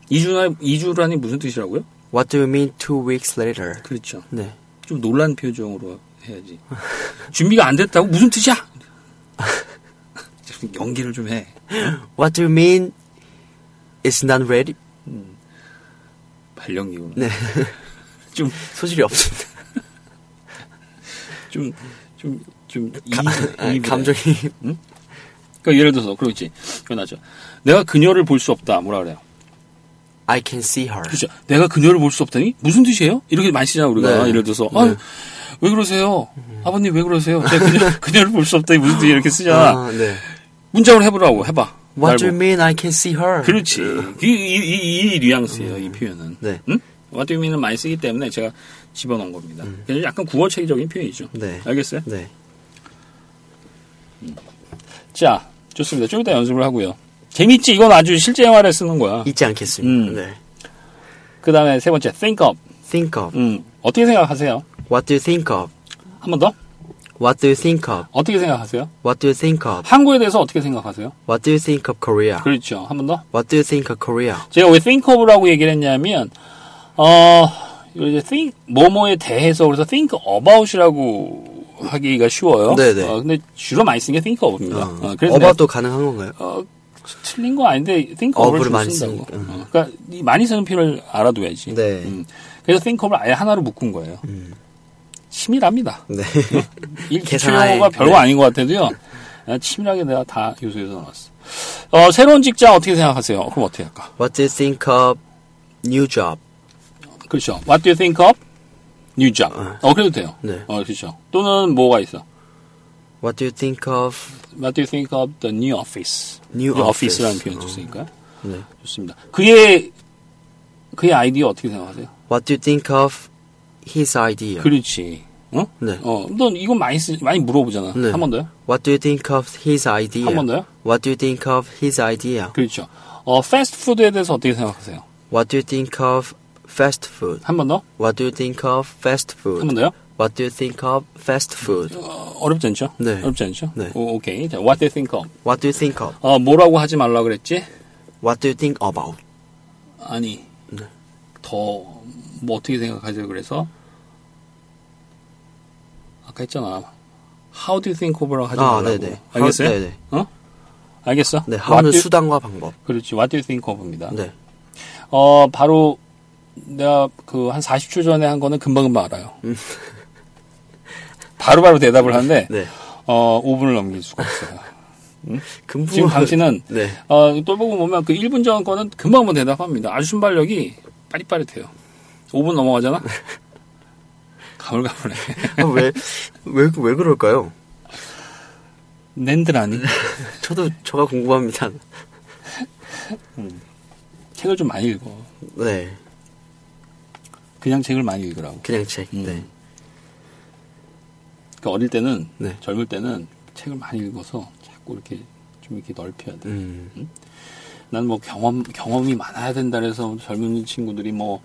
S1: 이주나 이주라니 무슨 뜻이라고요?
S2: What do you mean two weeks later?
S1: 그렇죠.
S2: 네.
S1: 좀 놀란 표정으로 해야지. 준비가 안 됐다고 무슨 뜻이야? 좀 연기를 좀 해.
S2: What do you mean it's not ready?
S1: 발연기구나.
S2: 네.
S1: 좀
S2: 소질이 없습니다.
S1: 좀, 좀, 좀,
S2: 아,
S1: 이, 이
S2: 감정이
S1: 그러니까 예를 들어서, 그렇지. 그나죠. 내가 그녀를 볼 수 없다. 뭐라 그래요?
S2: I can see her.
S1: 그죠. 내가 그녀를 볼 수 없다니? 무슨 뜻이에요? 이렇게 많이 쓰잖아, 우리가.
S2: 네.
S1: 예를 들어서, 아유, 왜 그러세요? 아버님, 왜 그러세요? 제가 그녀, 그녀를 볼 수 없다니 무슨 뜻이에요? 이렇게 쓰잖아.
S2: 아, 네.
S1: 문장으로 해보라고, 해봐.
S2: What
S1: 날
S2: do you
S1: 보고.
S2: mean I can see her?
S1: 그렇지. 이, 이, 이, 이 뉘앙스예요, 이 표현은.
S2: 네.
S1: 응? What do you mean은 많이 쓰기 때문에 제가 집어넣은 겁니다. 그래서 약간 구어체계적인 표현이죠.
S2: 음. 네.
S1: 알겠어요?
S2: 네.
S1: 자, 좋습니다. 좀 이따 연습을 하고요. 재밌지? 이건 아주 실제 생활에 쓰는 거야.
S2: 잊지 않겠습니다.
S1: 음.
S2: 네.
S1: 그 다음에 세 번째, think of.
S2: Think of.
S1: 음, 어떻게 생각하세요?
S2: What do you think of?
S1: 한 번 더?
S2: What do you think of?
S1: 어떻게 생각하세요?
S2: What do you think of?
S1: 한국에 대해서 어떻게 생각하세요?
S2: What do you think of Korea?
S1: 그렇죠. 한 번 더?
S2: What do you think of Korea?
S1: 제가 왜 think of라고 얘기를 했냐면, 어, 이제 think, 뭐뭐에 대해서, 그래서 think about이라고 하기가 쉬워요.
S2: 네네.
S1: 어, 근데 주로 많이 쓰는 게 think of입니다. 어,
S2: 어,
S1: 그래서
S2: 어바웃도 가능한 건가요?
S1: 내가, 어, 틀린 건 아닌데, think
S2: Of을
S1: of를 좀
S2: 많이
S1: 쓴다고.
S2: 쓰니까.
S1: 어, 그러니까, 이 많이 쓰는 표현을 알아둬야지.
S2: 네. 음.
S1: 음. 그래서 think of을 아예 하나로 묶은 거예요. 치밀합니다.
S2: 네.
S1: 이
S2: 계산하에,
S1: 기출용어가 별거
S2: 네.
S1: 아닌 것 같아도 요 치밀하게 내가 아, 다 요소에서 나왔어. 어, 새로운 직장 어떻게 생각하세요? 그럼 어떻게 할까?
S2: What do you think of new job?
S1: 그렇죠. What do you think of new job? 어, 그래도 돼요.
S2: 네.
S1: 어, 그렇죠. 또는 뭐가 있어?
S2: What do you think of
S1: What do you think of the new office?
S2: new office?
S1: office라는 표현 줬으니까
S2: 어, 네.
S1: 좋습니다. 그의 그의 아이디어 어떻게 생각하세요?
S2: What do you think of his idea?
S1: 그렇지. 어?
S2: 네.
S1: 어, 넌 이건 많이 쓰, 많이 물어보잖아.
S2: 네.
S1: 한 번 더요?
S2: What do you think of his idea?
S1: 한번 더요?
S2: What do you think of his idea?
S1: 그렇죠. 어, 패스트푸드에 대해서 어떻게 생각하세요?
S2: What do you think of fast food?
S1: 한 번 더?
S2: What do you think of fast food?
S1: 한 번 더요?
S2: What do you think of fast food?
S1: 어, 어렵지 않죠?
S2: 네.
S1: 어렵지 않죠?
S2: 네.
S1: 오, 오케이. 자, what do you think of?
S2: What do you think of?
S1: 어, 뭐라고 하지 말라 그랬지?
S2: What do you think about?
S1: 아니.
S2: 네.
S1: 더 뭐 어떻게 생각하죠? 그래서 아까 했잖아. How do you think of라고 하지
S2: 아,
S1: 말라고.
S2: 네네.
S1: 알겠어요?
S2: How- 네네.
S1: 어? 알겠어?
S2: 네,
S1: What do
S2: 하는
S1: you-
S2: 수단과 방법.
S1: 그렇지. What do you think of입니다.
S2: 네.
S1: 어, 바로 내가 그 한 40초 전에 한 거는 금방금방 알아요. 바로바로 대답을 하는데
S2: 음. 네.
S1: 어, 5분을 넘길 수가 없어요.
S2: 근본
S1: 지금 당신은
S2: 네.
S1: 어, 똘보고 보면 그 1분 전 거는 금방금방 대답합니다. 아주 순발력이 빠릿빠릿해요. 5분 넘어가잖아? 가물가물해.
S2: 아, 왜왜왜 왜, 왜 그럴까요?
S1: 낸드라니?
S2: 저도 저가 궁금합니다.
S1: 책을 좀 많이 읽어.
S2: 네.
S1: 그냥 책을 많이 읽으라고.
S2: 그냥 책.
S1: 음.
S2: 네.
S1: 그 어릴 때는,
S2: 네.
S1: 젊을 때는 책을 많이 읽어서 자꾸 이렇게 좀 이렇게 넓혀야 돼.
S2: 음.
S1: 난 뭐 경험 경험이 많아야 된다 그래서 젊은 친구들이 뭐,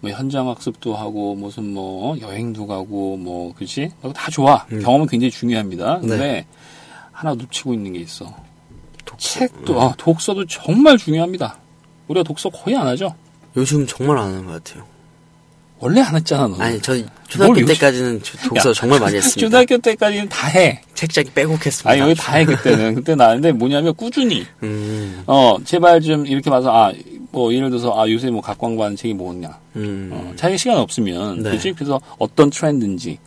S1: 뭐 현장 학습도 하고 무슨 뭐 여행도 가고 뭐 그치 다 좋아
S2: 음.
S1: 경험은 굉장히 중요합니다
S2: 네.
S1: 근데 하나 놓치고 있는 게 있어 책도
S2: 음.
S1: 아, 독서도 정말 중요합니다 우리가 독서 거의 안 하죠
S2: 요즘 정말 안 하는 것 같아요.
S1: 원래 안 했잖아 너
S2: 아니, 저 초등학교
S1: 요즘-
S2: 때까지는 저- 독서
S1: 야,
S2: 정말 많이 했습니다.
S1: 초등학교 때까지는 다해
S2: 책장이 빼곡했습니다.
S1: 아 여기 다해 그때는 그때 나는데 뭐냐면 꾸준히
S2: 음,
S1: 어 제발 좀 이렇게 봐서 아 뭐 예를 들어서 아 요새 뭐 각광받는 책이 뭐냐
S2: 음,
S1: 어, 자기 시간 없으면
S2: 네.
S1: 그지 그래서 어떤 트렌드인지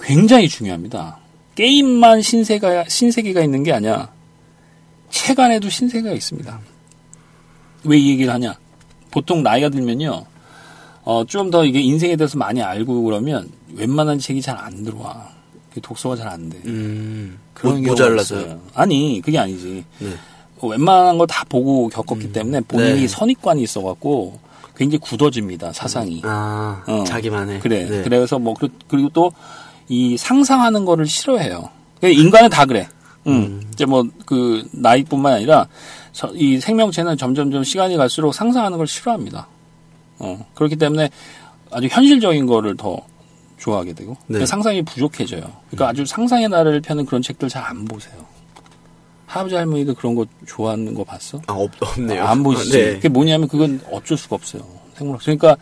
S1: 굉장히 중요합니다. 게임만 신세가 신세계가 있는 게 아니야. 책 안에도 신세계가 있습니다. 왜 이 얘기를 하냐? 보통 나이가 들면요, 어, 좀 더 이게 인생에 대해서 많이 알고 그러면 웬만한 책이 잘 안 들어와. 그 독서가 잘 안 돼.
S2: 음.
S1: 그런
S2: 모-
S1: 경우가
S2: 모자라서요?
S1: 있어요. 아니 그게 아니지.
S2: 네.
S1: 어, 웬만한 걸 다 보고 겪었기 때문에 본인이
S2: 네.
S1: 선입관이 있어갖고 굉장히 굳어집니다 사상이.
S2: 아,
S1: 어.
S2: 자기만의.
S1: 그래.
S2: 네.
S1: 그래서 뭐 그- 그리고 또 이 상상하는 거를 싫어해요. 그러니까 인간은 다 그래. 음. 이제 뭐 그 나이뿐만 아니라 저- 이 생명체는 점점점 시간이 갈수록 상상하는 걸 싫어합니다. 어. 그렇기 때문에 아주 현실적인 거를 더 좋아하게 되고
S2: 네.
S1: 그러니까 상상이 부족해져요. 그러니까 아주 상상의 나를 펴는 그런 책들 잘 안 보세요. 할아버지 할머니도 그런 거 좋아하는 거 봤어?
S2: 아, 없, 없네요.
S1: 안 보시지.
S2: 아, 네.
S1: 그게 뭐냐면 그건 어쩔 수가 없어요. 생물학. 그러니까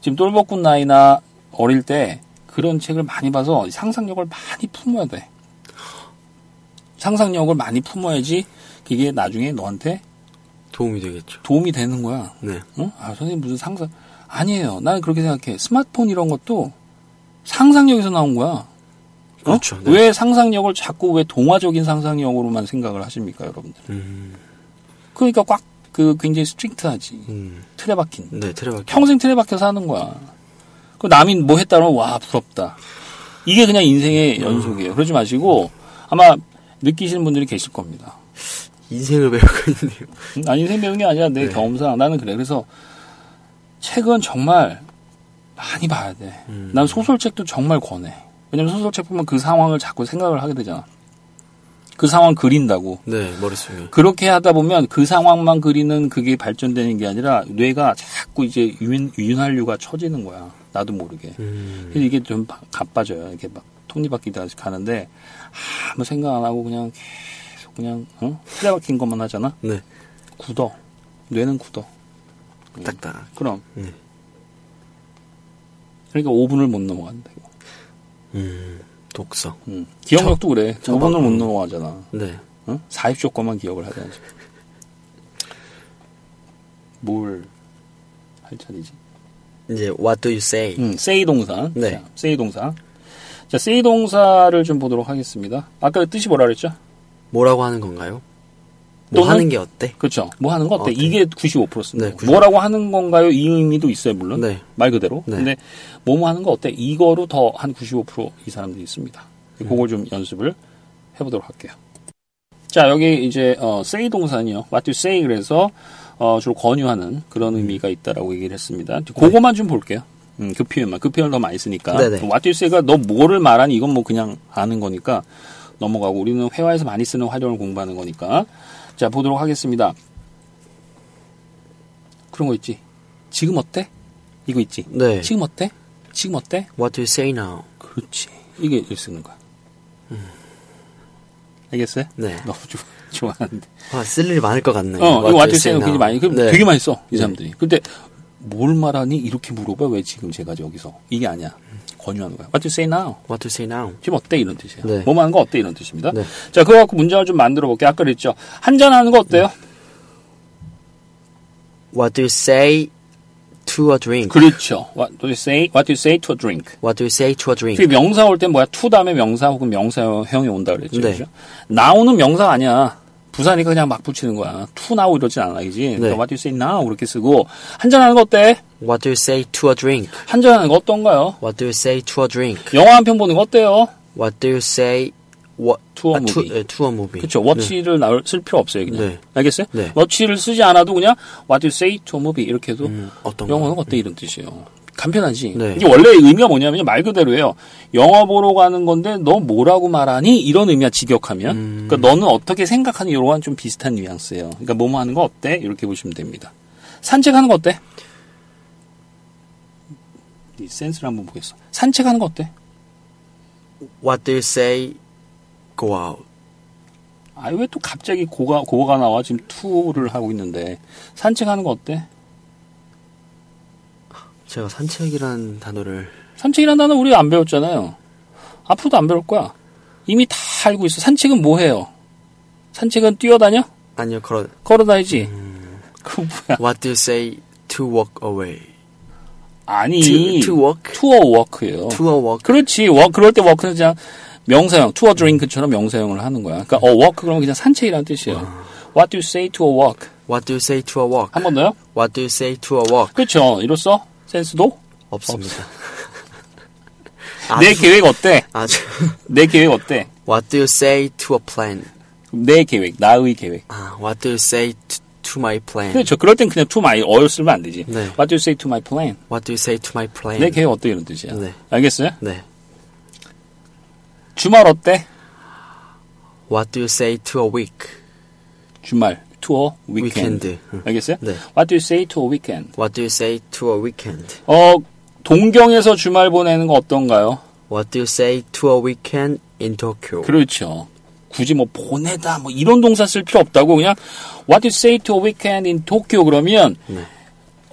S1: 지금 똘복군 나이나 어릴 때 그런 책을 많이 봐서 상상력을 많이 품어야 돼. 상상력을 많이 품어야지 그게 나중에 너한테
S2: 도움이 되겠죠.
S1: 도움이 되는 거야.
S2: 네.
S1: 응? 아, 선생님 무슨 상상. 아니에요. 나는 그렇게 생각해. 스마트폰 이런 것도 상상력에서 나온 거야. 어?
S2: 그렇죠. 네.
S1: 왜 상상력을 자꾸 왜 동화적인 상상력으로만 생각을 하십니까, 여러분들?
S2: 음,
S1: 그러니까 꽉 그 굉장히 스트릭트하지.
S2: 음.
S1: 틀에 박힌.
S2: 네, 테레바.
S1: 평생 틀에 박혀 사는 거야. 그 남이 뭐 했다 그러면 와 부럽다. 이게 그냥 인생의 연속이에요. 그러지 마시고 아마 느끼시는 분들이 계실 겁니다.
S2: 인생을 배우고 있네요.
S1: 음, 아니 인생 배운 게 아니라 내
S2: 네.
S1: 경험상 나는 그래. 그래서 책은 정말 많이 봐야 돼. 난 소설책도 정말 권해. 왜냐면 소설책 보면 그 상황을 자꾸 생각을 하게 되잖아. 그 상황 그린다고.
S2: 네, 머릿속에.
S1: 그렇게 하다 보면 그 상황만 그리는 그게 발전되는 게 아니라 뇌가 자꾸 이제 유인, 유인한류가 쳐지는 거야. 나도 모르게.
S2: 음,
S1: 그래서 이게 좀 바- 가빠져요. 이렇게 막 톱니바퀴 다시 가는데 아무 생각 안 하고 그냥 계속 그냥 어? 틀려박힌 것만 하잖아.
S2: 네.
S1: 굳어. 뇌는 굳어.
S2: 딱딱.
S1: 그럼.
S2: 네.
S1: 그러니까 5분을 못 넘어간다고.
S2: 음, 독서.
S1: 음. 기억력도 그래. 5분을 못 넘어가잖아.
S2: 네.
S1: 응? 40초 거만 기억을 하든지. 뭘 할 차례지?
S2: 이제, what do you say?
S1: 음, 세이 동사.
S2: 네.
S1: 자, 세이 동사. 자, 세이 동사를 좀 보도록 하겠습니다. 아까 뜻이 뭐라 그랬죠?
S2: 뭐라고 하는 건가요? 뭐
S1: 또는-
S2: 하는 게 어때?
S1: 그렇죠. 뭐 하는 거 어때?
S2: 어때?
S1: 이게 95%입니다.
S2: 네, 95%.
S1: 뭐라고 하는 건가요? 이 의미도 있어요, 물론.
S2: 네.
S1: 말 그대로.
S2: 네.
S1: 근데 뭐뭐 하는 거 어때? 이거로 더 한 95%이 사람들이 있습니다.
S2: 음.
S1: 그걸 좀 연습을 해보도록 할게요. 자, 여기 이제 어, say 동사는요. What do you say? 그래서 어, 주로 권유하는 그런
S2: 음.
S1: 의미가 있다라고 얘기를 했습니다. 그거만 좀 볼게요. 음, 그 표현만. 그 표현을 더 많이 쓰니까.
S2: 네. 네네.
S1: What do you say가 너 뭐를 말하니? 이건 뭐 그냥 아는 거니까 넘어가고 우리는 회화에서 많이 쓰는 활용을 공부하는 거니까. 자, 보도록 하겠습니다. 그런 거 있지. 지금 어때? 이거 있지.
S2: 네.
S1: 지금 어때? 지금 어때?
S2: What do you say now?
S1: 그렇지. 이게 일 쓰는 거야. 음. 알겠어요?
S2: 네.
S1: 너무 좋- 좋아하는데.
S2: 아, 쓸 일이 많을 것 같네.
S1: 어, 이거 와트 세요
S2: now?
S1: 굉장히 많이. 그럼
S2: 네.
S1: 되게 많이 써, 이 사람들이. 근데 뭘 말하니? 이렇게 물어봐. 왜 지금 제가 여기서. 이게 아니야. 권유하는 거야. What do you say now?
S2: What do you say now?
S1: 지금 어때? 이런 뜻이에요.
S2: 네.
S1: 뭐 하는 거 어때? 이런 뜻입니다.
S2: 네.
S1: 자, 그거 갖고 문장을 좀 만들어 볼게요. 아까 그랬죠. 한잔 하는 거 어때요?
S2: What do you say to a drink?
S1: 그렇죠. What do you say? What do you say to a drink?
S2: What do you say to a drink?
S1: 특히 명사 올 땐 뭐야? to 다음에 명사 혹은 명사형이 온다 그랬죠.
S2: 네.
S1: 그죠? now는 명사 아니야. 부사니까 그냥 막 붙이는 거야. to now 이러진 않아, 그지?
S2: 네.
S1: 그러니까 what do you say now? 그렇게 쓰고 한잔하는 거 어때?
S2: What do you say to a drink?
S1: 한잔하는 거 어떤가요?
S2: What do you say to a drink?
S1: 영화 한 편 보는 거 어때요?
S2: What do you say what
S1: To a
S2: 아,
S1: movie.
S2: To, 네, to a movie.
S1: 그렇죠. 워치를 나올 쓸 필요 없어요, 그냥.
S2: 네.
S1: 알겠어요?
S2: 네.
S1: 워치를 쓰지 않아도 그냥 what do you say to a movie 이렇게 해도
S2: 음, 어떤
S1: 영어는
S2: 거?
S1: 어때 이런 뜻이에요. 간편하지.
S2: 네.
S1: 이게 원래 의미가 뭐냐면 말 그대로예요. 영화 보러 가는 건데 너 뭐라고 말하니 이런 의미야 직역하면. 그러니까 너는 어떻게 생각하니 이런 좀 비슷한 뉘앙스예요. 그러니까 뭐뭐 하는 거 어때 이렇게 보시면 됩니다. 산책하는 거 어때? 이 센스를 한번 보겠어. 산책하는 거 어때?
S2: What do you say go out?
S1: 아 왜 또 갑자기 고가 고가 나와 지금 투를 하고 있는데 산책하는 거 어때?
S2: 제가 산책이라는 단어를
S1: 산책이라는 단어 우리 안 배웠잖아요. 앞으로도 안 배울 거야. 이미 다 알고 있어. 산책은 뭐 해요? 산책은 뛰어다녀?
S2: 아니요 그런
S1: 걸어다니지.
S2: 음.
S1: 그 뭐야?
S2: What do you say to walk away?
S1: 아니.
S2: To- to walk?
S1: 투어 워크예요.
S2: To a walk?
S1: 그렇지. 워 그럴 때 워크는 그냥 명사형.
S2: 음.
S1: 투어 드링크처럼 명사형을 하는 거야. 그러니까 어 워크 그러면 그냥 산책이라는 뜻이에요.
S2: 아.
S1: What do you say to a walk?
S2: What do you say to a walk?
S1: 한 번 더요?
S2: What do you say to a walk?
S1: 그렇죠. 이로써 센스도
S2: 없습니다. 아,
S1: 내 계획 어때?
S2: 아주
S1: 내 계획 어때?
S2: What do you say to a plan?
S1: 내 계획, 나의 계획.
S2: 아, what do you say to, to my plan?
S1: 그렇죠. 그럴 땐 그냥 to my all 쓰면 안 되지.
S2: 네.
S1: What do you say to my plan?
S2: What do you say to my plan?
S1: 내 계획 어때 이런 뜻이야.
S2: 네.
S1: 알겠어요?
S2: 네.
S1: 주말 어때?
S2: What do you say to a week?
S1: 주말 투어 위켄드.
S2: Weekend. 응.
S1: 알겠어요?
S2: 네.
S1: What do you say to a weekend?
S2: What do you say to a weekend?
S1: 어 동경에서 주말 보내는 거 어떤가요?
S2: What do you say to a weekend in Tokyo?
S1: 그렇죠. 굳이 뭐 보내다 뭐 이런 동사 쓸 필요 없다고 그냥 What do you say to a weekend in Tokyo 그러면
S2: 네.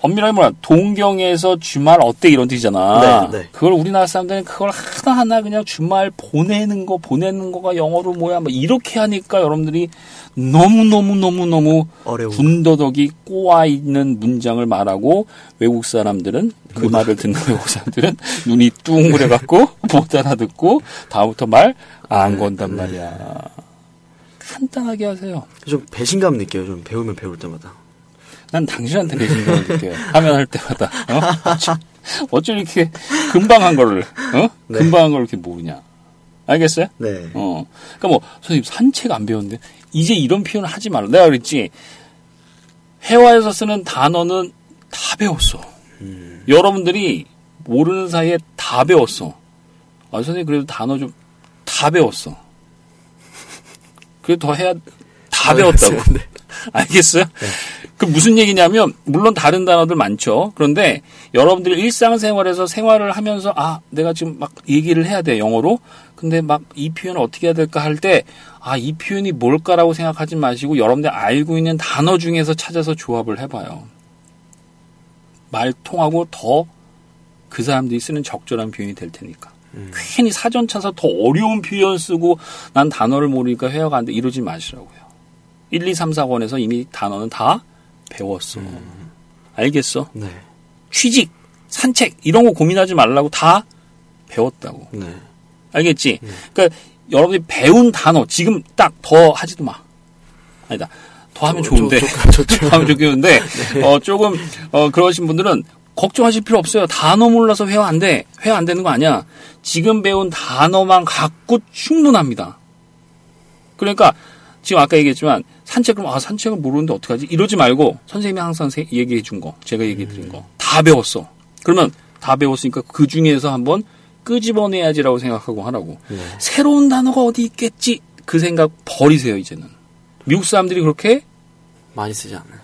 S1: 엄밀하게 말하면 동경에서 주말 어때 이런 뜻이잖아.
S2: 네, 네.
S1: 그걸 우리나라 사람들은 그걸 하나 하나 그냥 주말 보내는 거 보내는 거가 영어로 뭐야 뭐 이렇게 하니까 여러분들이 너무 너무 너무 너무
S2: 어려운.
S1: 군더더기 꼬아 있는 문장을 말하고 외국 사람들은 그 말을 듣는 외국 사람들은 눈이 뚱그려 갖고 못 알아듣고 다음부터 말
S2: 네.
S1: 안 건단 말이야. 간단하게 하세요.
S2: 좀 배신감 느껴요. 좀 배우면 배울 때마다.
S1: 난 당신한테 배신감을 느껴요. 하면 할 때마다. 어? 어쩜- 어쩜 이렇게 금방 한 거를, 어?
S2: 네.
S1: 금방 한 걸 이렇게 모르냐. 알겠어요?
S2: 네.
S1: 어. 그러니까 뭐, 선생님, 산책 안 배웠는데, 이제 이런 표현을 하지 말라. 내가 그랬지. 회화에서 쓰는 단어는 다 배웠어. 여러분들이 모르는 사이에 다 배웠어. 아, 선생님, 그래도 단어 좀 다 배웠어. 그래도 더 해야, 다 배웠다고.
S2: 네.
S1: 알겠어요? 그 무슨 얘기냐면 물론 다른 단어들 많죠. 그런데 여러분들이 일상생활에서 생활을 하면서 아 내가 지금 막 얘기를 해야 돼 영어로. 근데 막 이 표현을 어떻게 해야 될까 할 때 아 이 표현이 뭘까라고 생각하지 마시고 여러분들 알고 있는 단어 중에서 찾아서 조합을 해봐요. 말 통하고 더 그 사람들이 쓰는 적절한 표현이 될 테니까. 괜히 사전 찾아서 더 어려운 표현 쓰고 난 단어를 모르니까 회화가 안 돼 이러지 마시라고요. 1, 2, 3, 4권에서 이미 단어는 다 배웠어. 알겠어?
S2: 네.
S1: 취직, 산책 이런 거 고민하지 말라고 다 배웠다고.
S2: 네.
S1: 알겠지? 그러니까 여러분이 배운 단어 지금 딱 더 하지도 마. 아니다. 더 하면
S2: 조-
S1: 좋은데.
S2: 조- 조- 조- 조-
S1: 하면 좋겠는데 어 조금 어 그러신 분들은 걱정하실 필요 없어요. 단어 몰라서 회화 안 돼. 회화 안 되는 거 아니야. 지금 배운 단어만 갖고 충분합니다. 그러니까 지금 아까 얘기했지만 산책을 아 산책을 모르는데 어떡하지? 이러지 말고 선생님이 항상 세- 얘기해 준 거, 제가 얘기해 드린 거. 다 배웠어. 그러면 다 배웠으니까 그 중에서 한번 끄집어내야지라고 생각하고 하라고. 새로운 단어가 어디 있겠지? 그 생각 버리세요, 이제는. 미국 사람들이 그렇게
S2: 많이 쓰지 않아요.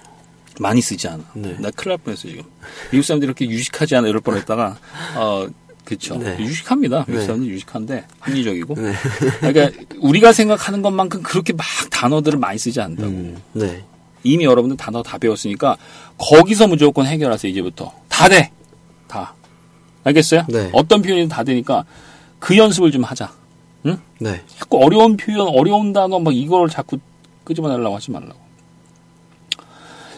S1: 많이 쓰지 않아.
S2: 네.
S1: 나 큰일 날 뻔했어, 지금. 미국 사람들이 이렇게 유식하지 않아 이럴 뻔했다가, 어, 그쵸.
S2: 네.
S1: 유식합니다. 미국
S2: 네.
S1: 사람들 유식한데, 합리적이고.
S2: 네.
S1: 그러니까, 우리가 생각하는 것만큼 그렇게 막 단어들을 많이 쓰지 않는다고.
S2: 네.
S1: 이미 여러분들 단어 다 배웠으니까, 거기서 무조건 해결하세요, 이제부터. 다 돼! 다. 알겠어요?
S2: 네.
S1: 어떤 표현이든 다 되니까, 그 연습을 좀 하자.
S2: 네.
S1: 자꾸 어려운 표현, 어려운 단어 막 이걸 자꾸 끄집어내려고 하지 말라고.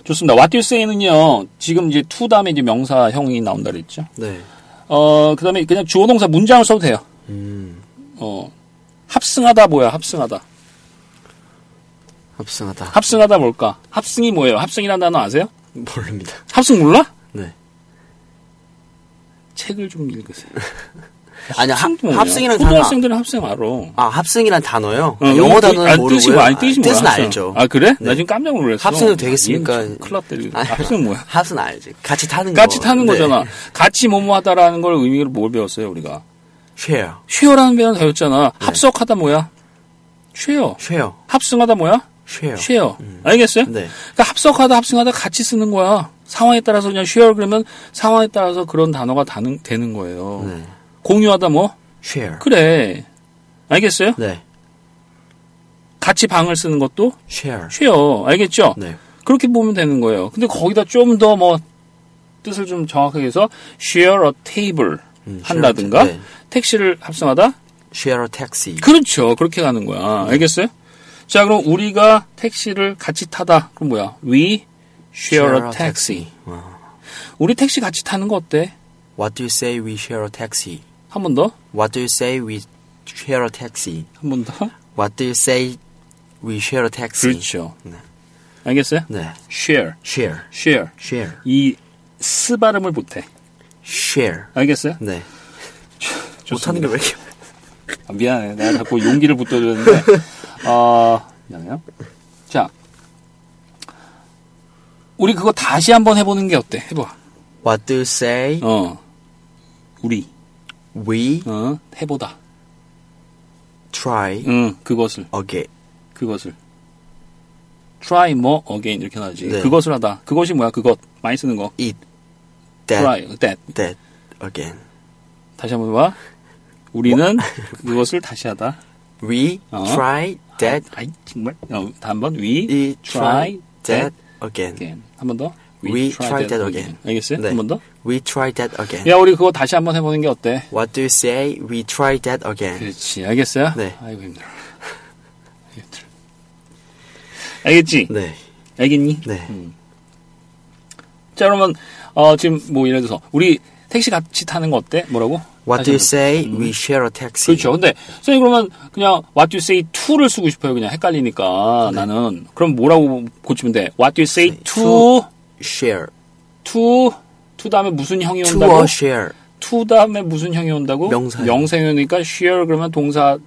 S1: 좋습니다. What you say는요. 지금 이제 to 다음에 이제 명사형이 나온다 그랬죠.
S2: 네.
S1: 어, 그다음에 그냥 주어 동사 문장을 써도 돼요.
S2: 음.
S1: 어. 합승하다 뭐야? 합승하다.
S2: 합승하다.
S1: 합승하다 뭘까? 합승이 뭐예요? 합승이라는 단어 아세요?
S2: 모릅니다.
S1: 합승 몰라?
S2: 네.
S1: 책을 좀 읽으세요.
S2: 아니 하,
S1: 합승도 몰라요.
S2: 합승이랑 단어.
S1: 초등학생들은 합승 알아.
S2: 아 합승이란 단어요?
S1: 어,
S2: 영어
S1: 이거
S2: 단어는
S1: 아,
S2: 모르고요.
S1: 뜻이 뭐, 아니, 뜻이
S2: 아,
S1: 뭐야?
S2: 뜻은
S1: 합성.
S2: 알죠. 네.
S1: 아 그래? 나 지금 깜짝 놀랐어. 아,
S2: 합성도 되겠습니까?
S1: 얘는 좀 큰일 났다.
S2: 아니.
S1: 합성 뭐야?
S2: 합승 알지. 같이 타는 거.
S1: 같이 타는
S2: 네.
S1: 거잖아. 같이 뭐뭐하다라는 걸 의미로 뭘 배웠어요 우리가?
S2: share,
S1: 쉐어라는 표현 배웠잖아.
S2: 네.
S1: 합석하다 뭐야? 쉐어.
S2: share,
S1: 합승하다 뭐야?
S2: share.
S1: 쉐어. 알겠어요?
S2: 네.
S1: 그러니까 합석하다 합승하다 같이 쓰는 거야. 상황에 따라서 그냥 쉐어 그러면 상황에 따라서 그런 단어가 다는, 되는 거예요.
S2: 네.
S1: 공유하다 뭐?
S2: share.
S1: 그래. 알겠어요?
S2: 네.
S1: 같이 방을 쓰는 것도
S2: share.
S1: 쉐어. 알겠죠?
S2: 네.
S1: 그렇게 보면 되는 거예요. 근데 거기다 좀 더 뭐 뜻을 좀 정확하게 해서 share a table
S2: 음,
S1: 한다든가
S2: share, 네.
S1: 택시를 합성하다?
S2: share a taxi.
S1: 그렇죠. 그렇게 가는 거야. 알겠어요? 자, 그럼 우리가 택시를 같이 타다. 그럼 뭐야? We share a taxi.
S2: 어.
S1: 우리 택시 같이 타는 거 어때?
S2: What do you say we share a taxi?
S1: 한 번 더?
S2: What do you say we share a taxi?
S1: 한 번 더?
S2: What do you say we share a taxi?
S1: 그렇죠.
S2: 네.
S1: 알겠어요?
S2: 네.
S1: share,
S2: share,
S1: share.
S2: share,
S1: 이 스 발음을 못해.
S2: share.
S1: 알겠어요?
S2: 네. 못하는 게 왜 이렇게
S1: 아, 미안해. 내가 자꾸 용기를 붙들었는데. 아, 미안해요. 자. 우리 그거 다시 한번 해보는 게 어때? 해봐.
S2: What do you say
S1: 어. 우리.
S2: we
S1: 어. 해보다.
S2: try
S1: 응. 그것을.
S2: again?
S1: 그것을. try more again. 이렇게 나지.
S2: 네.
S1: 그것을 하다. 그것이 뭐야? 그것. 많이 쓰는 거.
S2: Eat that
S1: try. that.
S2: that again.
S1: 다시 한번 봐. 우리는 그것을 다시 하다.
S2: We
S1: 어?
S2: try that
S1: 아이, 정말. 어, 다한번 we
S2: eat
S1: try
S2: 네.
S1: that
S2: again.
S1: again. 한 번 더.
S2: We try that again.
S1: 알겠어요?
S2: 네.
S1: 한 번 더.
S2: We try that again.
S1: 야, 우리 그거 다시 한번 해보는 게 어때?
S2: What do you say we try that again?
S1: 그렇지, 알겠어요?
S2: 네.
S1: 아이고, 힘들어. 힘들어. 알겠지?
S2: 네.
S1: 알겠니?
S2: 네.
S1: 자, 그러면, 어, 지금 뭐, 예를 들어서, 우리 택시 같이 타는 거 어때? 뭐라고?
S2: What do you
S1: 다시 한번.
S2: say we share a taxi?
S1: 그렇죠. 근데, 선생님, 그러면 그냥 what do you say to를 쓰고 싶어요. 그냥 헷갈리니까,
S2: 네.
S1: 나는. 그럼 뭐라고 고치면 돼? what do you say to,
S2: Share.
S1: to, to 다음에 무슨 형이
S2: To
S1: 온다고?
S2: or share.
S1: to 다음에 무슨 형이 온다고?
S2: 명사형.
S1: 명사형이니까 share 그러면 동사를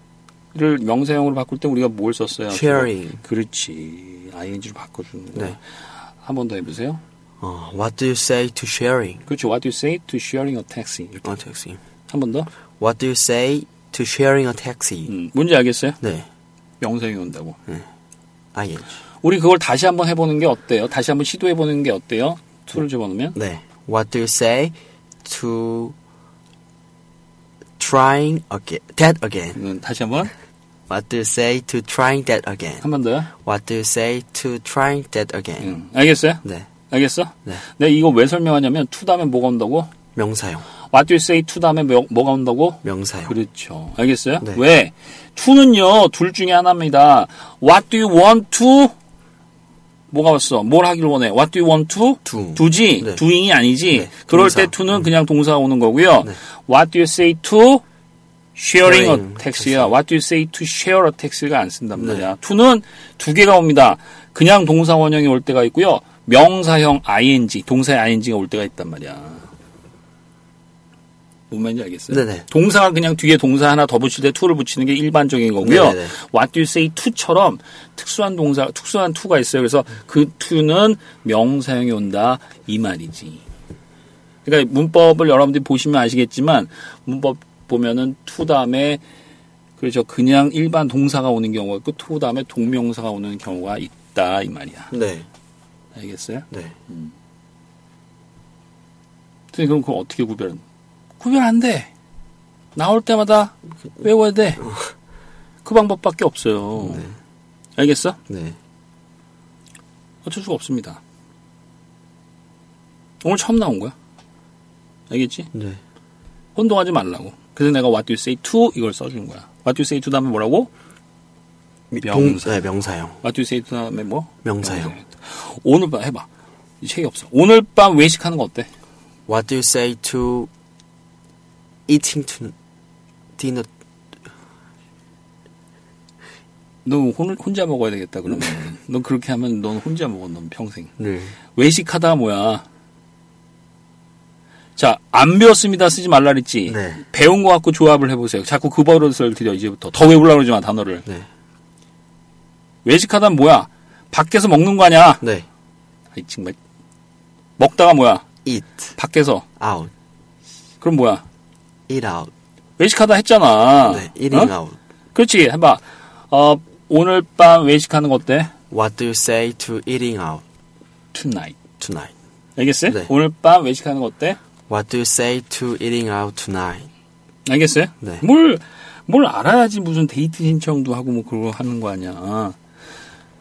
S1: 명사형으로 바꿀 때 우리가 뭘 썼어요?
S2: Sharing.
S1: 그렇지. ing로 바꿔주는 거.
S2: 네.
S1: 한 번 더 해보세요.
S2: 어, what do you say to sharing?
S1: 그렇죠. What do you say to sharing a taxi? 이렇게
S2: 어, 택시.
S1: 한 번 더.
S2: What do you say to sharing a taxi?
S1: 음, 뭔지 알겠어요?
S2: 네.
S1: 명사형이 온다고.
S2: ing.
S1: 우리 그걸 다시 한번 해보는 게 어때요? 다시 한번 시도해보는 게 어때요? to를 집어넣으면?
S2: 네. What do you say to trying again? That again.
S1: 음, 다시 한번.
S2: What do you say to trying that again?
S1: 한 번 더요.
S2: What do you say to trying that again?
S1: 음, 알겠어요?
S2: 네.
S1: 알겠어?
S2: 네.
S1: 내가 이거 왜 설명하냐면 to 다음에 뭐가 온다고?
S2: 명사형.
S1: What do you say to 다음에 뭐, 뭐가 온다고?
S2: 명사형.
S1: 그렇죠. 알겠어요?
S2: 네.
S1: 왜? to는요, 둘 중에 하나입니다. What do you want to? 뭐가 왔어? 뭘 하길 원해? What do you want to?
S2: Do.
S1: do지,
S2: 네.
S1: doing이 아니지.
S2: 네.
S1: 그럴
S2: 동사. 네.
S1: 때 to는 그냥 동사가 오는 거고요. What do you say to? sharing a
S2: sharing 네.
S1: tax야. What do you say to share a tax가 안 쓴단 말이야. to는 두 개가 옵니다. 그냥 동사 원형이 올 때가 있고요. 명사형 ing, 동사의 ing가 올 때가 있단 말이야. 뭔 말인지 알겠어요?
S2: 네네.
S1: 동사가 그냥 뒤에 동사 하나 더 붙일 때 to를 붙이는 게 일반적인 거고요.
S2: 네네네.
S1: what do you say to처럼 특수한 동사, 특수한 to가 있어요. 그래서 그 to는 명사형이 온다 이 말이지. 그러니까 문법을 여러분들이 보시면 아시겠지만 문법 보면은 to 다음에 그렇죠 그냥 일반 동사가 오는 경우가 있고 to 다음에 동명사가 오는 경우가 있다 이 말이야.
S2: 네.
S1: 알겠어요?
S2: 네.
S1: 선생님 그럼 그걸 어떻게 구별은? 구별 안 돼. 나올 때마다 외워야 돼. 그 방법밖에 없어요. 알겠어?
S2: 네.
S1: 어쩔 수가 없습니다. 오늘 처음 나온 거야. 알겠지?
S2: 네.
S1: 혼동하지 말라고. 그래서 내가 what do you say to 이걸 써준 거야. what do you say to 다음에 뭐라고?
S2: 미-
S1: 명사.
S2: 동, 네, 명사형.
S1: what do you say to 다음에 뭐?
S2: 명사형.
S1: 오늘 밤 해봐. 이 책이 없어. 오늘 밤 외식하는 거 어때?
S2: What do you say to eating to dinner?
S1: 너 혼, 혼자 먹어야 되겠다 그러면. 넌 그렇게 하면 넌 혼자 먹어 넌 평생.
S2: 네.
S1: 외식하다 뭐야. 자, 안 배웠습니다 쓰지 말라 그랬지.
S2: 네.
S1: 배운 거 갖고 조합을 해보세요. 자꾸 그 버릇을 들여 이제부터 더 외우려고 그러지 마 단어를.
S2: 네.
S1: 외식하다 뭐야? 밖에서 먹는 거 아니야?
S2: 네.
S1: 아이 정말 먹다가 뭐야?
S2: Eat
S1: 밖에서
S2: out.
S1: 그럼 뭐야?
S2: Eat out.
S1: 외식하다 했잖아.
S2: 네. Eating
S1: 어?
S2: out.
S1: 그렇지 해봐. 어, 오늘 밤 외식하는 거 어때?
S2: What do you say to eating out
S1: Tonight.
S2: tonight?
S1: 알겠어요?
S2: 네.
S1: 오늘 밤 외식하는 거 어때?
S2: What do you say to eating out tonight?
S1: 알겠어요?
S2: 네.
S1: 뭘, 뭘 알아야지 무슨 데이트 신청도 하고 뭐 그거 하는 거 아니야.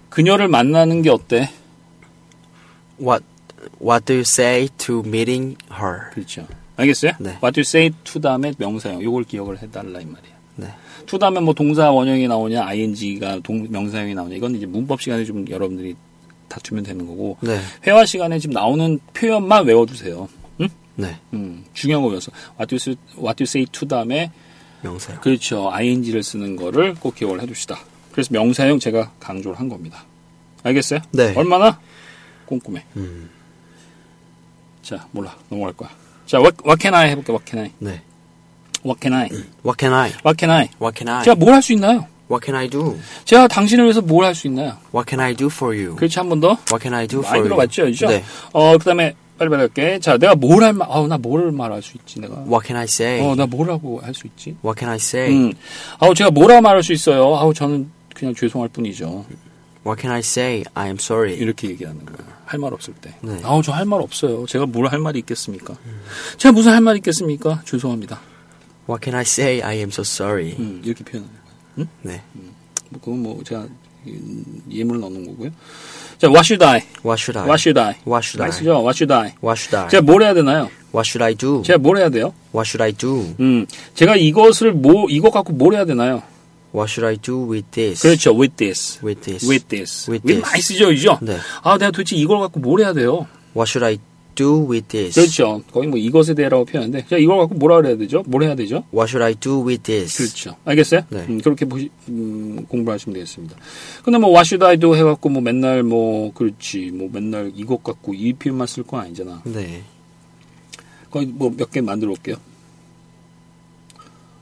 S1: 그녀를 만나는 게 어때?
S2: What What do you say to meeting her?
S1: 그렇죠. 알겠어요?
S2: 네.
S1: What do you say to 다음에 명사형. 요걸 기억을 해달라 이 말이야.
S2: 네.
S1: to 다음에 뭐 동사 원형이 나오냐, ing가 동, 명사형이 나오냐. 이건 이제 문법 시간에 좀 여러분들이 다투면 되는 거고.
S2: 네.
S1: 회화 시간에 지금 나오는 표현만 외워두세요. 응?
S2: 네.
S1: 음, 중요한 거 외워서. What do you say, what do you say to 다음에
S2: 명사형.
S1: 그렇죠. ing를 쓰는 거를 꼭 기억을 해둡시다. 그래서 명사형 제가 강조를 한 겁니다. 알겠어요?
S2: 네. 음.
S1: 얼마나 꼼꼼해. 자, 몰라. 넘어갈 거야. 자, what, what can I 해볼게. What can I?
S2: 네.
S1: What can I?
S2: What can I?
S1: What can I?
S2: What can I?
S1: 제가 뭘 할 수 있나요?
S2: What can I do?
S1: 제가 당신을 위해서 뭘 할 수 있나요?
S2: What can I do for you?
S1: 그렇지 한 번 더.
S2: What can I do for
S1: 많이
S2: you?
S1: 들어봤죠, 이죠?
S2: 네.
S1: 어, 그다음에 빨리빨리 할게. 자, 내가 뭘 할 말? 아우, 나 뭐를 말할 수 있지 내가.
S2: What can I say?
S1: 어, 나 뭐라고 할 수 있지?
S2: What can I say?
S1: 음, 아우 제가 뭐라고 말할 수 있어요? 아우 저는 그냥 죄송할 뿐이죠.
S2: What can I say? I am sorry.
S1: 이렇게 얘기하는 거예요. 할 말 없을 때.
S2: 네.
S1: 아우 저 할 말 없어요. 제가 뭘 할 말이 있겠습니까? 제가 무슨 할 말이 있겠습니까? 죄송합니다.
S2: What can I say? I am so sorry.
S1: 음, 이렇게 표현하는 거예요.
S2: 네.
S1: 뭐, 그건 뭐 제가 음, 예문을 넣는 거고요. 자, what should I?
S2: What should I?
S1: What should I?
S2: What should I?
S1: 맛있죠? What should I?
S2: What should I?
S1: 제가 뭘 해야 되나요?
S2: What should I do?
S1: 제가 뭘 해야 돼요?
S2: What should I do?
S1: 음, 제가 이것을 뭐 이것 갖고 뭘 해야 되나요?
S2: What should I do with this?
S1: 그렇죠. With this.
S2: With this.
S1: With this. with
S2: With this.
S1: 많이 쓰죠, 이죠?
S2: 네.
S1: 아, 내가 도대체 이걸 갖고 뭘 해야 돼요?
S2: What should I do with this?
S1: 그렇죠. 거의 뭐 이것에 대해라고 표현하는데, 제가 이걸 갖고 뭐라 그래야 되죠? 뭘 해야 되죠?
S2: What should I do with this?
S1: 그렇죠. 알겠어요?
S2: 네.
S1: 음, 그렇게 보시, 음, 공부하시면 되겠습니다. 근데 뭐, what should I do 해갖고, 뭐, 맨날 뭐, 그렇지. 뭐, 맨날 이것 갖고 이 표현만 쓸 건 아니잖아.
S2: 네.
S1: 거의 뭐, 몇 개 만들어 올게요.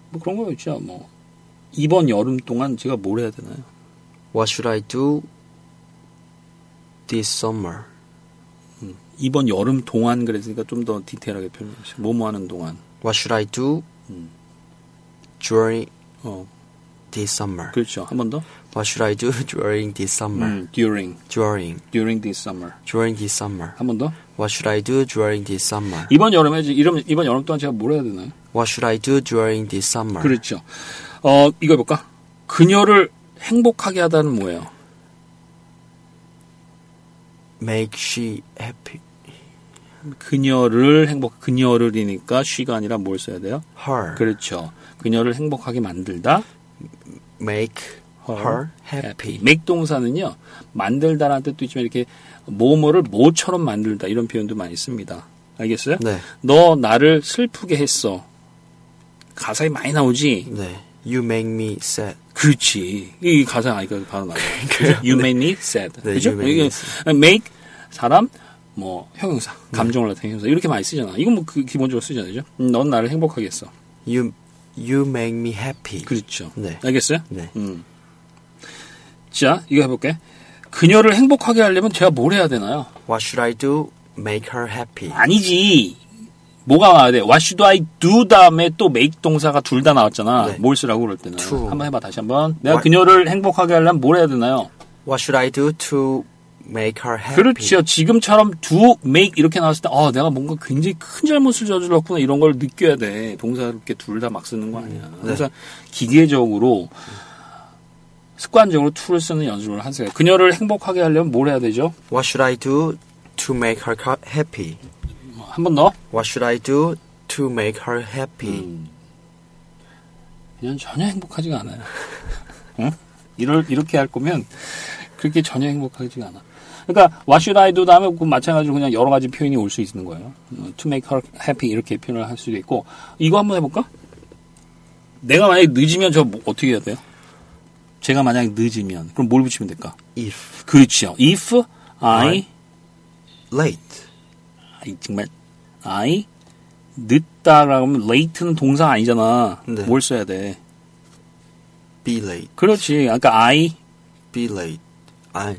S1: 뭐, 그런 거 있죠. 뭐, 이번 여름 동안 제가 뭘 해야 되나요?
S2: What should I do this summer?
S1: 이번 여름 동안 그랬으니까 좀 더 디테일하게 표현해주세요. 뭐뭐 하는 동안.
S2: What should I do during
S1: 어,
S2: this summer?
S1: 그렇죠. 한 번 더.
S2: What should I do during this summer?
S1: 음, during,
S2: During
S1: during this summer.
S2: during this summer.
S1: 한 번 더.
S2: What should I do during this summer?
S1: 이번 여름에 이제 이런 이번 여름 동안 제가 뭘 해야 되나요?
S2: What should I do during this summer?
S1: 그렇죠. 어 이거 볼까? 그녀를 행복하게 하다는 뭐예요?
S2: Make she happy.
S1: 그녀를 행복 그녀를이니까 she가 아니라 뭘 써야 돼요?
S2: Her.
S1: 그렇죠. 그녀를 행복하게 만들다.
S2: Make her, happy.
S1: make 동사는요 만들다라는 뜻도 있지만 이렇게 뭐뭐를 뭐처럼 만들다 이런 표현도 많이 씁니다. 알겠어요?
S2: 네.
S1: 너 나를 슬프게 했어. 가사에 많이 나오지.
S2: 네. You make me sad.
S1: 그렇지. 이 가사 아니까 바로 나와. 그죠? You made me sad.
S2: 네,
S1: 그죠?
S2: you made me
S1: 이게 아, make 사람 뭐 형용사, 감정을 나타내는 형용사 이렇게 많이 쓰잖아. 이건 뭐 그 기본적으로 쓰잖아요. 그죠? 음, 넌 나를 행복하게 했어.
S2: You you make me happy.
S1: 그렇죠.
S2: 네.
S1: 알겠어요?
S2: 네.
S1: 음. 자, 이거 해볼게. 그녀를 행복하게 하려면 제가 뭘 해야 되나요?
S2: What should I do? Make her happy.
S1: 아니지. 뭐가 와야 돼? What should I do 다음에 또 make 동사가 둘 다 나왔잖아.
S2: 네.
S1: 뭘 쓰라고 그럴 때는.
S2: To.
S1: 한번 해봐, 다시 한번. 내가
S2: What?
S1: 그녀를 행복하게 하려면 뭘 해야 되나요?
S2: What should I do to make her happy?
S1: 그렇죠. 지금처럼 do, make 이렇게 나왔을 때, 아, 내가 뭔가 굉장히 큰 잘못을 저질렀구나 이런 걸 느껴야 돼. 동사 이렇게 둘 다 막 쓰는 거 아니야. 그래서 기계적으로 습관적으로 to를 쓰는 연습을 하세요. 그녀를 행복하게 하려면 뭘 해야 되죠?
S2: What should I do to make her ca- happy?
S1: 어, 한 번 더.
S2: What should I do to make her happy?
S1: 그냥 전혀 행복하지가 않아요. 응? 이럴 이렇게 할 거면 그렇게 전혀 행복하지가 않아. 그러니까 what should I do 다음에 그 마찬가지로 그냥 여러 가지 표현이 올 수 있는 거예요. 어, to make her happy 이렇게 표현을 할 수도 있고 이거 한번 해볼까? 내가 만약에 늦으면 저뭐 어떻게 해야 돼요? 제가 만약에 늦으면 그럼 뭘 붙이면 될까?
S2: If
S1: 그렇죠. If I
S2: I- late.
S1: 아이, 정말 I 늦다라고 하면 late는 동사 아니잖아.
S2: 네.
S1: 뭘 써야 돼?
S2: Be late.
S1: 그렇지. 아까 I
S2: Be late. I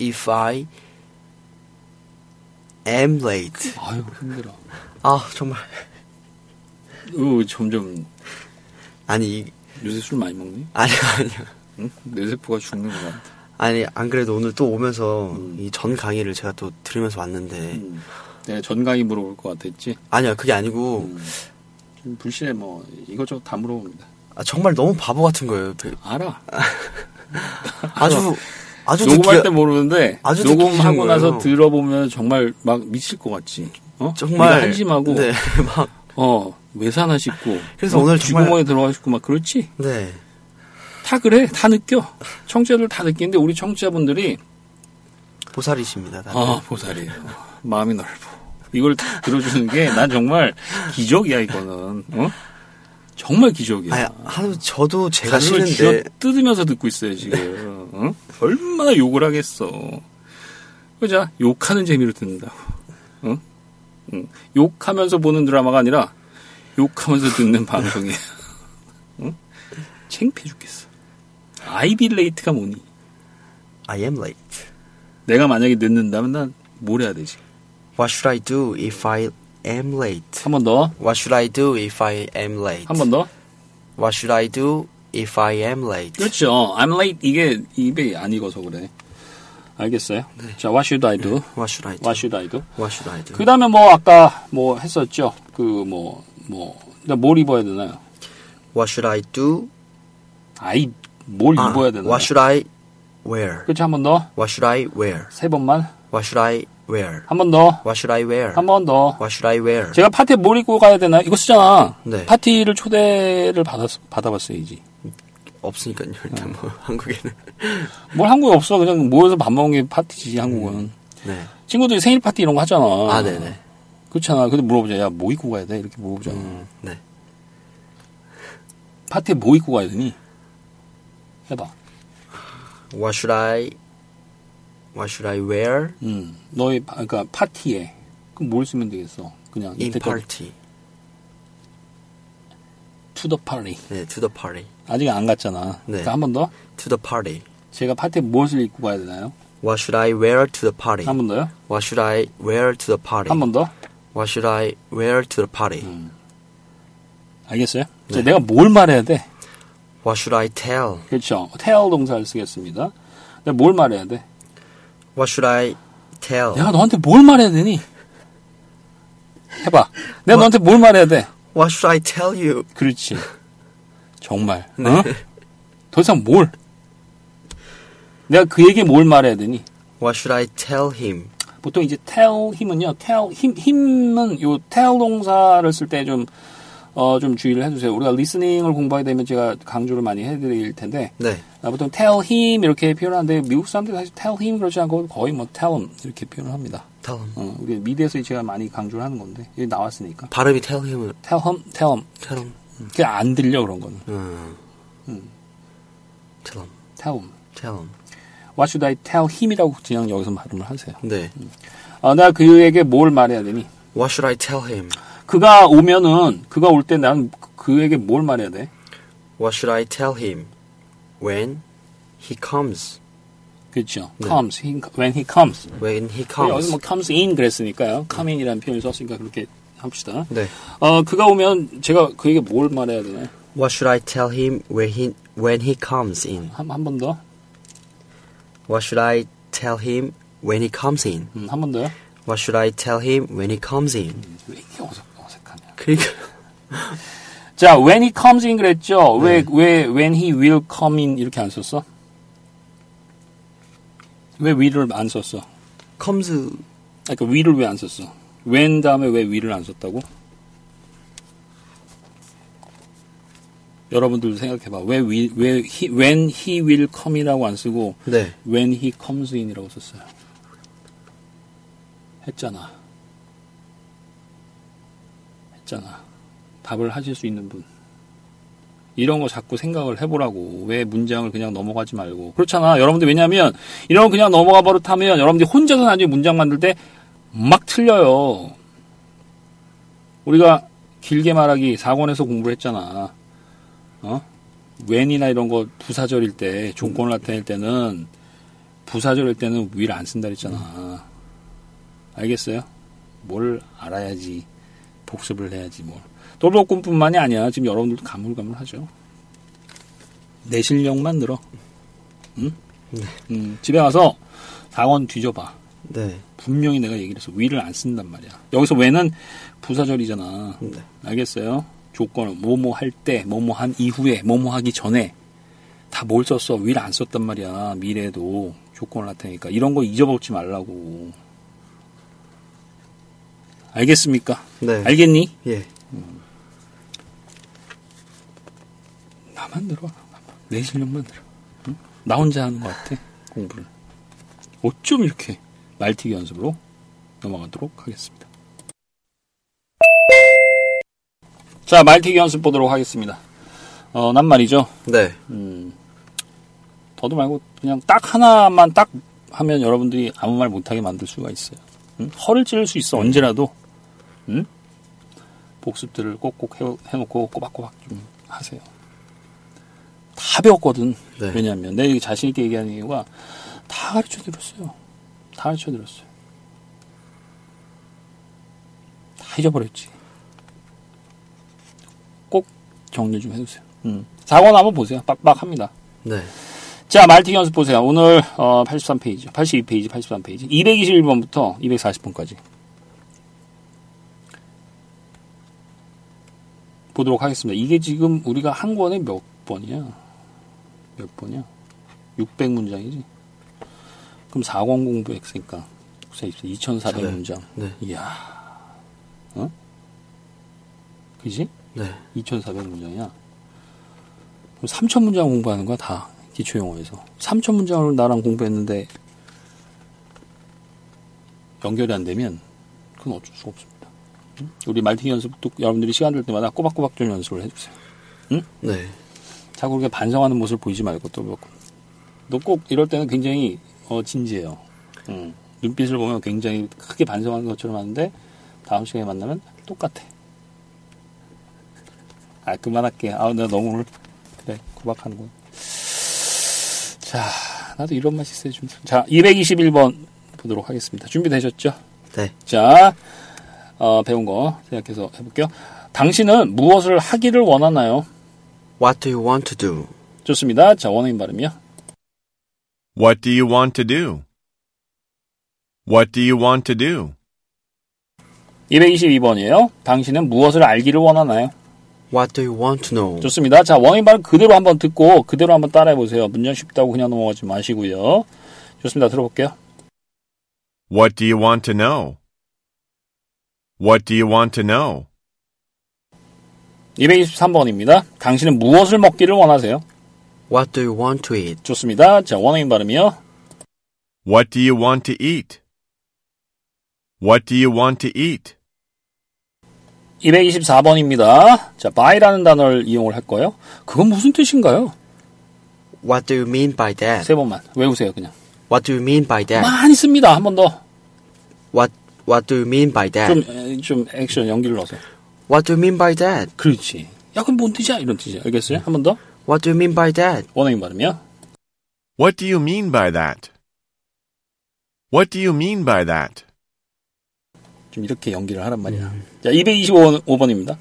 S2: if I am late.
S1: 아유 힘들어.
S2: 아 정말
S1: 으, 어, 점점
S2: 아니 이-
S1: 요새 술 많이 먹니?
S2: 아니 아니요.
S1: 응? 뇌세포가 죽는 것 같아.
S2: 아니 안 그래도 오늘 또 오면서 이 전 강의를 제가 또 들으면서 왔는데
S1: 음. 내가 전강이 물어볼 것 같았지.
S2: 아니야 그게 아니고
S1: 좀 불신에 뭐 이것저것 다 물어봅니다.
S2: 아, 정말 너무 바보 같은 거예요. 그-
S1: 알아.
S2: 아주 아주
S1: 녹음할
S2: 듣기가-
S1: 때 모르는데
S2: 아주 듣기 싫은
S1: 녹음하고
S2: 거예요.
S1: 나서 들어보면 정말 막 미칠 것 같지. 어?
S2: 정말
S1: 네가 한심하고
S2: 네, 막
S1: 어 외사나 싶고
S2: 그래서
S1: 어?
S2: 오늘 정말-
S1: 쥐구멍에 들어가 싶고 막 그렇지.
S2: 네.
S1: 다 그래. 다 느껴. 청취자들 다 느끼는데 우리 청취자분들이
S2: 보살이십니다. 다들.
S1: 아, 보살이에요. 마음이 넓어. 이걸 다 들어주는 게 난 정말 기적이야, 이거는. 어? 정말 기적이야.
S2: 아니, 하루 저도 제가
S1: 가슴을
S2: 싫은데
S1: 쥐어 뜯으면서 듣고 있어요, 지금. 어? 얼마나 욕을 하겠어. 그자 욕하는 재미로 듣는다고. 어? 응. 욕하면서 보는 드라마가 아니라 욕하면서 듣는 방송이야. 응? 창피해 죽겠어. 아이빌레이트가 뭐니?
S2: I am late.
S1: 내가 만약에 늦는다면 난 뭘 해야 되지?
S2: What should I do if I am late?
S1: 한 번 더.
S2: What should I do if I am late?
S1: 한 번 더.
S2: What should I do if I am late?
S1: 그렇죠. I'm late 이게 입에 안 익어서 그래. 알겠어요.
S2: 네.
S1: 자, what should I do?
S2: What should I do?
S1: What should I do?
S2: What should I do?
S1: 그 다음에 뭐 아까 뭐 했었죠. 그 뭐 뭐 뭘 입어야 되나요?
S2: What should I do?
S1: 아이 뭘
S2: 아,
S1: 입어야 되나요?
S2: What should I wear?
S1: 그렇지 한 번 더.
S2: What should I wear?
S1: 세 번만.
S2: What should I wear?
S1: 한 번 더.
S2: What should I wear?
S1: 한 번 더.
S2: What should I wear?
S1: 제가 파티에 뭘 입고 가야 되나요? 이거 쓰잖아.
S2: 네.
S1: 파티를 초대를 받았, 받아봤어야지.
S2: 없으니까요. 일단
S1: 어.
S2: 뭐 한국에는.
S1: 뭘 한국에 없어. 그냥 모여서 밥 먹는 게 파티지, 한국은.
S2: 네.
S1: 친구들이 생일 파티 이런 거 하잖아.
S2: 아, 네, 네.
S1: 그렇잖아. 근데 물어보자. 야, 뭐 입고 가야 돼? 이렇게 물어보잖아.
S2: 네.
S1: 파티에 뭐 입고 가야 되니? 해봐.
S2: What should I What should I wear
S1: 음, 너의 파- 그러니까 파티에 그럼 뭘 쓰면 되겠어? 그냥
S2: in
S1: 이때까지
S2: party?
S1: 투더 파티
S2: 네, to the party.
S1: 아직 안 갔잖아. 그러니까
S2: 네.
S1: 한 번 더.
S2: To the party.
S1: 제가 파티에 무엇을 입고 가야 되나요?
S2: What should I wear to the party?
S1: 한 번 더요.
S2: What should I wear to the party?
S1: 한 번 더.
S2: What should I wear to the party?
S1: 알겠어요? 이제
S2: 네.
S1: 내가 뭘 말해야 돼?
S2: What should I tell?
S1: 그렇죠. tell 동사를 쓰겠습니다. 내가 뭘 말해야 돼?
S2: What should I tell?
S1: 내가 너한테 뭘 말해야 되니? 해봐.
S2: 뭐?
S1: 내가 너한테 뭘 말해야 돼?
S2: What should I tell you?
S1: 그렇지. 정말. 어? 더 이상 뭘? 내가 그에게 뭘 말해야 되니?
S2: What should I tell him?
S1: 보통 이제 tell 힘은요. tell 힘 힘은 요 tell 동사를 쓸 때 좀 어, 좀 주의를 해주세요. 우리가 리스닝을 공부하게 되면 제가 강조를 많이 해드릴 텐데
S2: 네.
S1: 아, 보통 tell him 이렇게 표현하는데 미국 사람들이 사실 tell him 그러지 않고 거의 뭐 tell him 이렇게 표현을 합니다.
S2: Tell him.
S1: 어, 우리 미대에서 제가 많이 강조를 하는 건데 여기 나왔으니까
S2: 발음이 tell him을
S1: tell him, tell him
S2: tell him.
S1: 그냥 안 들려 그런 거는.
S2: 음. Tell him.
S1: Tell him.
S2: Tell him.
S1: What should I tell him이라고 그냥 여기서 발음을 하세요.
S2: 네.
S1: 아, 나 그에게 뭘 말해야 되니?
S2: What should I tell him?
S1: 그가 오면은 그가 올 때 난 그에게 뭘 말해야 돼?
S2: What should I tell him? When he comes.
S1: 그렇죠.
S2: 네.
S1: Comes he- when he comes.
S2: When he
S1: 여기
S2: comes.
S1: 뭐 comes in 그랬으니까요. Come in이라는 표현을 썼으니까 그렇게 합시다.
S2: 네.
S1: 어 그가 오면 제가 그에게 뭘 말해야 되나?
S2: What should I tell him when he when he comes in?
S1: 한한 번 더.
S2: What should I tell him when he comes in?
S1: 음, 한 번 더요.
S2: What should I tell him when he comes in?
S1: 왜 이렇게 어색, 어색하냐?
S2: 그러니까
S1: 자, when he comes in 그랬죠. 왜 왜 when he will come in 이렇게 안 썼어? 왜 will을 안 썼어?
S2: comes
S1: 아, 그 will을 왜 안 썼어? when 다음에 왜 will을 안 썼다고? 여러분들도 생각해봐. 왜, will, 왜 he, when he will come이라고 안 쓰고
S2: 네.
S1: when he comes in이라고 썼어요. 했잖아. 했잖아. 답을 하실 수 있는 분. 이런 거 자꾸 생각을 해보라고. 왜 문장을 그냥 넘어가지 말고. 그렇잖아. 여러분들 왜냐면, 이런 거 그냥 넘어가 버릇하면 여러분들이 혼자서 나중에 문장 만들 때 막 틀려요. 우리가 길게 말하기 4권에서 공부를 했잖아. 어? when이나 이런 거 부사절일 때, 조건을 나타낼 때는, 부사절일 때는 will 안 쓴다 그랬잖아. 알겠어요? 뭘 알아야지. 복습을 해야지 뭘. 돌복군뿐만이 아니야. 지금 여러분들도 가물가물하죠. 내 실력만 늘어. 응?
S2: 네.
S1: 음, 집에 와서 4권 뒤져봐.
S2: 네.
S1: 분명히 내가 얘기를 해서 will을 안 쓴단 말이야. 여기서 when은 부사절이잖아.
S2: 네.
S1: 알겠어요? 조건은 뭐뭐 할 때, 뭐뭐 한 이후에, 뭐뭐 하기 전에 다 뭘 썼어? will 안 썼단 말이야. 미래도 조건을 나타내니까 이런 거 잊어먹지 말라고. 알겠습니까?
S2: 네.
S1: 알겠니?
S2: 예.
S1: 나만 들어. 내 실력만 들어. 응? 나 혼자 하는 것 같아. 공부를. 어쩜 이렇게 말티기 연습으로 넘어가도록 하겠습니다. 자, 말티기 연습 보도록 하겠습니다. 어, 난 말이죠.
S2: 네.
S1: 더도 음. 말고 그냥 딱 하나만 딱 하면 여러분들이 아무 말 못하게 만들 수가 있어요. 응? 허를 찌를 수 있어 언제라도. 응? 복습들을 꼭꼭 해, 해놓고 꼬박꼬박 좀 하세요. 다 배웠거든.
S2: 네.
S1: 왜냐하면 내 자신 있게 얘기하는 이유가 다 가르쳐 드렸어요. 다 가르쳐 드렸어요. 다 잊어버렸지. 꼭 정리 좀 해주세요. 음. 4권 한번 보세요. 빡빡합니다.
S2: 네.
S1: 자, 말티기 연습 보세요. 오늘 어, 83페이지, 82페이지, 83페이지, 221번부터 240번까지 보도록 하겠습니다. 이게 지금 우리가 한 권에 몇 번이야? 몇 번이야? 600문장이지? 그럼 4권 공부 했으니까 2400문장.
S2: 네.
S1: 이야. 어? 그지?
S2: 네.
S1: 2,400문장이야. 그럼 3,000문장 공부하는 거야, 다. 기초용어에서. 3,000문장을 나랑 공부했는데, 연결이 안 되면, 그건 어쩔 수가 없습니다. 응? 우리 말팅 연습도 여러분들이 시간 될 때마다 꼬박꼬박 좀 연습을 해주세요.
S2: 네.
S1: 자꾸 그렇게 반성하는 모습을 보이지 말고, 또 그렇고. 너꼭 이럴 때는 굉장히, 어, 진지해요. 응. 눈빛을 보면 굉장히 크게 반성하는 것처럼 하는데, 다음 시간에 만나면 똑같아. 아, 그만할게. 아, 나 너무 오늘, 그래, 구박하는 거야. 자, 나도 이런 맛이 있어야 좀. 자, 221번 보도록 하겠습니다. 준비되셨죠?
S2: 네.
S1: 자, 어, 배운 거 생각해서 해볼게요. 당신은 무엇을 하기를 원하나요?
S2: What do you want to do?
S1: 좋습니다. 자, 원어민 발음이요.
S3: What do you want to do? What do you want to do?
S1: 222번이에요. 당신은 무엇을 알기를 원하나요?
S2: What do you want to know?
S1: 좋습니다. 자, 원어민 발음 그대로 한번 듣고 그대로 한번 따라해보세요. 문장 쉽다고 그냥 넘어가지 마시고요. 좋습니다. 들어볼게요.
S3: What do you want to know? What do you want to know?
S1: 223번입니다. 당신은 무엇을 먹기를 원하세요?
S2: What do you want to eat?
S1: 좋습니다. 자, 원어민 발음이요.
S3: What do you want to eat? What do you want to eat?
S1: 224번입니다. 자, buy라는 단어를 이용을 할 거예요. 그건 무슨 뜻인가요?
S2: What do you mean by that?
S1: 세 번만 외우세요, 그냥.
S2: What do you mean by that?
S1: 많이 씁니다. 한 번 더.
S2: What What do you mean by that?
S1: 좀, 에, 좀 액션 연기를 넣어서.
S2: What do you mean by that?
S1: 그렇지. 야, 그럼 뭔 뜻이야? 이런 뜻이야. 알겠어요? 한 번 더.
S2: What do you mean by that?
S1: 원어민 발음이요.
S3: What do you mean by that? What do you mean by that?
S1: 좀 이렇게 연기를 하란 말이야. 자, 225번입니다.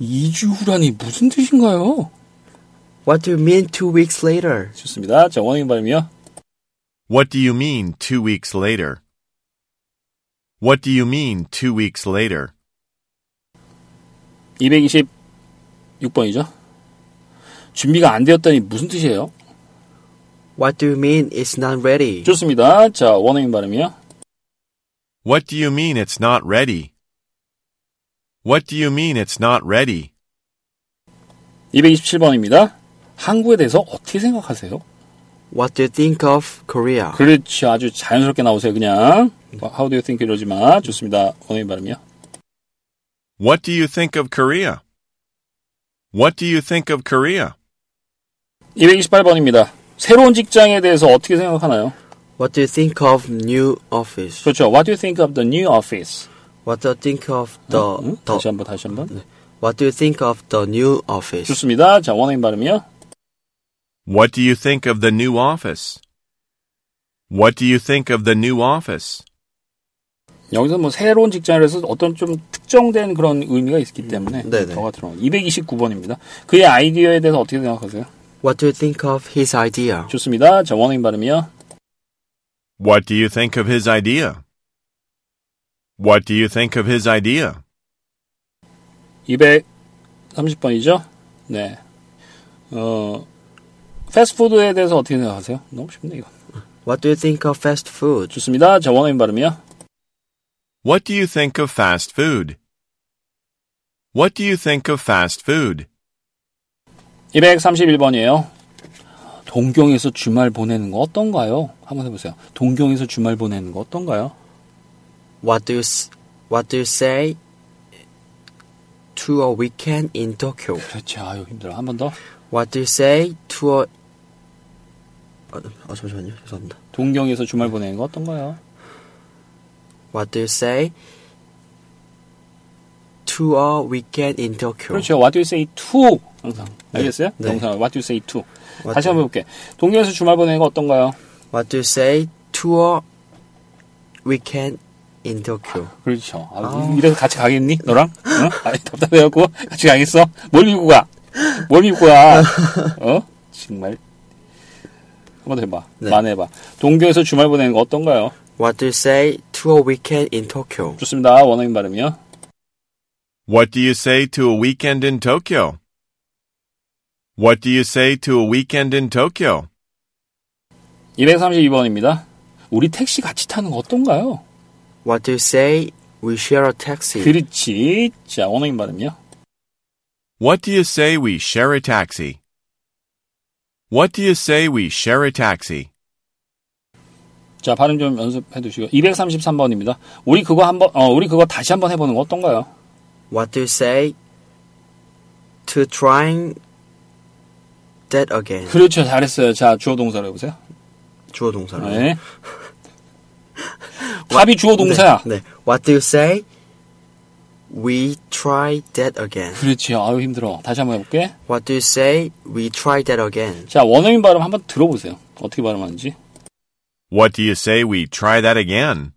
S1: 2주 후라니 무슨 뜻인가요?
S2: What do you mean two weeks later?
S1: 좋습니다. 자, 원어민 발음이요.
S3: What do you mean two weeks later? What do you mean two weeks later?
S1: 226번이죠. 준비가 안 되었다니 무슨 뜻이에요?
S2: What do you mean it's not ready?
S1: 좋습니다. 자, 원어민 발음이요.
S3: What do you mean it's not ready? What do you mean it's not ready?
S1: 227번입니다. 한국에 대해서 어떻게 생각하세요?
S2: What do you think of Korea?
S1: 그렇지. 아주 자연스럽게 나오세요, 그냥. 뭐, How do you think 이러지 마. 좋습니다. 원어민 발음이요.
S3: What do you think of Korea? What do you think of Korea?
S1: 228번입니다. 새로운 직장에 대해서 어떻게 생각하나요?
S2: What do you think of new office?
S1: 그렇죠. What do you think of the new office?
S2: What do you think of the,
S1: 응? 다시
S2: the
S1: 한번 다시 한번.
S2: What do you think of the new office?
S1: 예, 좋습니다. 자, 원어민 발음이요.
S3: What do you think of the new office? What do you think of the new office?
S1: 여기서 뭐 새로운 직장이라서 어떤 좀 특정된 그런 의미가 있기 때문에
S2: 음, 네네.
S1: 저가 들어 229번입니다. 그의 아이디어에 대해서 어떻게 생각하세요?
S2: What do you think of his idea?
S1: 좋습니다. 자, 원어민 발음이요.
S3: What do you think of his idea? What do you think of his idea?
S1: 230번이죠? 네. 어, 패스트푸드에 대해서 어떻게 생각하세요? 너무 쉽네, 이거.
S2: What do you think of fast food?
S1: 좋습니다. 자, 원어민 발음이요.
S3: What do you think of fast food? What do you think of fast food?
S1: 231번이에요. 동경에서 주말 보내는 거 어떤가요? 한번 해보세요. 동경에서 주말 보내는 거 어떤가요?
S2: What do you s- What do you say to a weekend in Tokyo?
S1: 그렇지, 그렇죠. 아유, 힘들어. 한 번 더.
S2: What do you say to a 어, 어 잠시만요 죄송합니다.
S1: 동경에서 주말 보내는 거 어떤가요?
S2: What do you say to a weekend in Tokyo?
S1: 그렇죠. What do you say to? 항상. 알겠어요?
S2: 네.
S1: 동사 What do you say to?
S2: What
S1: 다시
S2: do-
S1: 한번 해볼게. 동경에서 주말 보내는 거 어떤가요?
S2: What do you say to a weekend in Tokyo?
S1: 그렇죠. 아, 이래서 같이 가겠니? 너랑? 응? 아니, 답답해갖고 같이 가겠어? 뭘 밀고 가? 뭘 밀고 가? 어? 정말. 한번 해봐.
S2: 네.
S1: 만해봐. 동경에서 주말 보내는 거 어떤가요?
S2: What do you say to a weekend in Tokyo?
S1: 좋습니다. 원어민 발음이요.
S3: What do you say to a weekend in Tokyo? What do you say to a weekend in Tokyo?
S1: 232번입니다. 우리 택시 같이 타는 거 어떤가요?
S2: What do you say we share a taxi?
S1: 그렇지. 자, 원어민 발음이요.
S3: What do you say we share a taxi? What do you say we share a taxi?
S1: 자, 발음 좀 연습해 두시고. 233번입니다. 우리 그거 한번, 어, 우리 그거 다시 한번 해보는 거 어떤가요?
S2: What do you say to trying that again?
S1: 그렇죠. 잘했어요. 자, 주어 동사로 해보세요.
S2: 주어 동사로.
S1: 네. 답이 주어 동사야.
S2: 네. What do you say? We try that again.
S1: 그렇지. 아유, 힘들어. 다시 한번 해볼게.
S2: What do you say? We try that again.
S1: 자, 원어민 발음 한번 들어보세요. 어떻게 발음하는지.
S3: What do you say we try that again?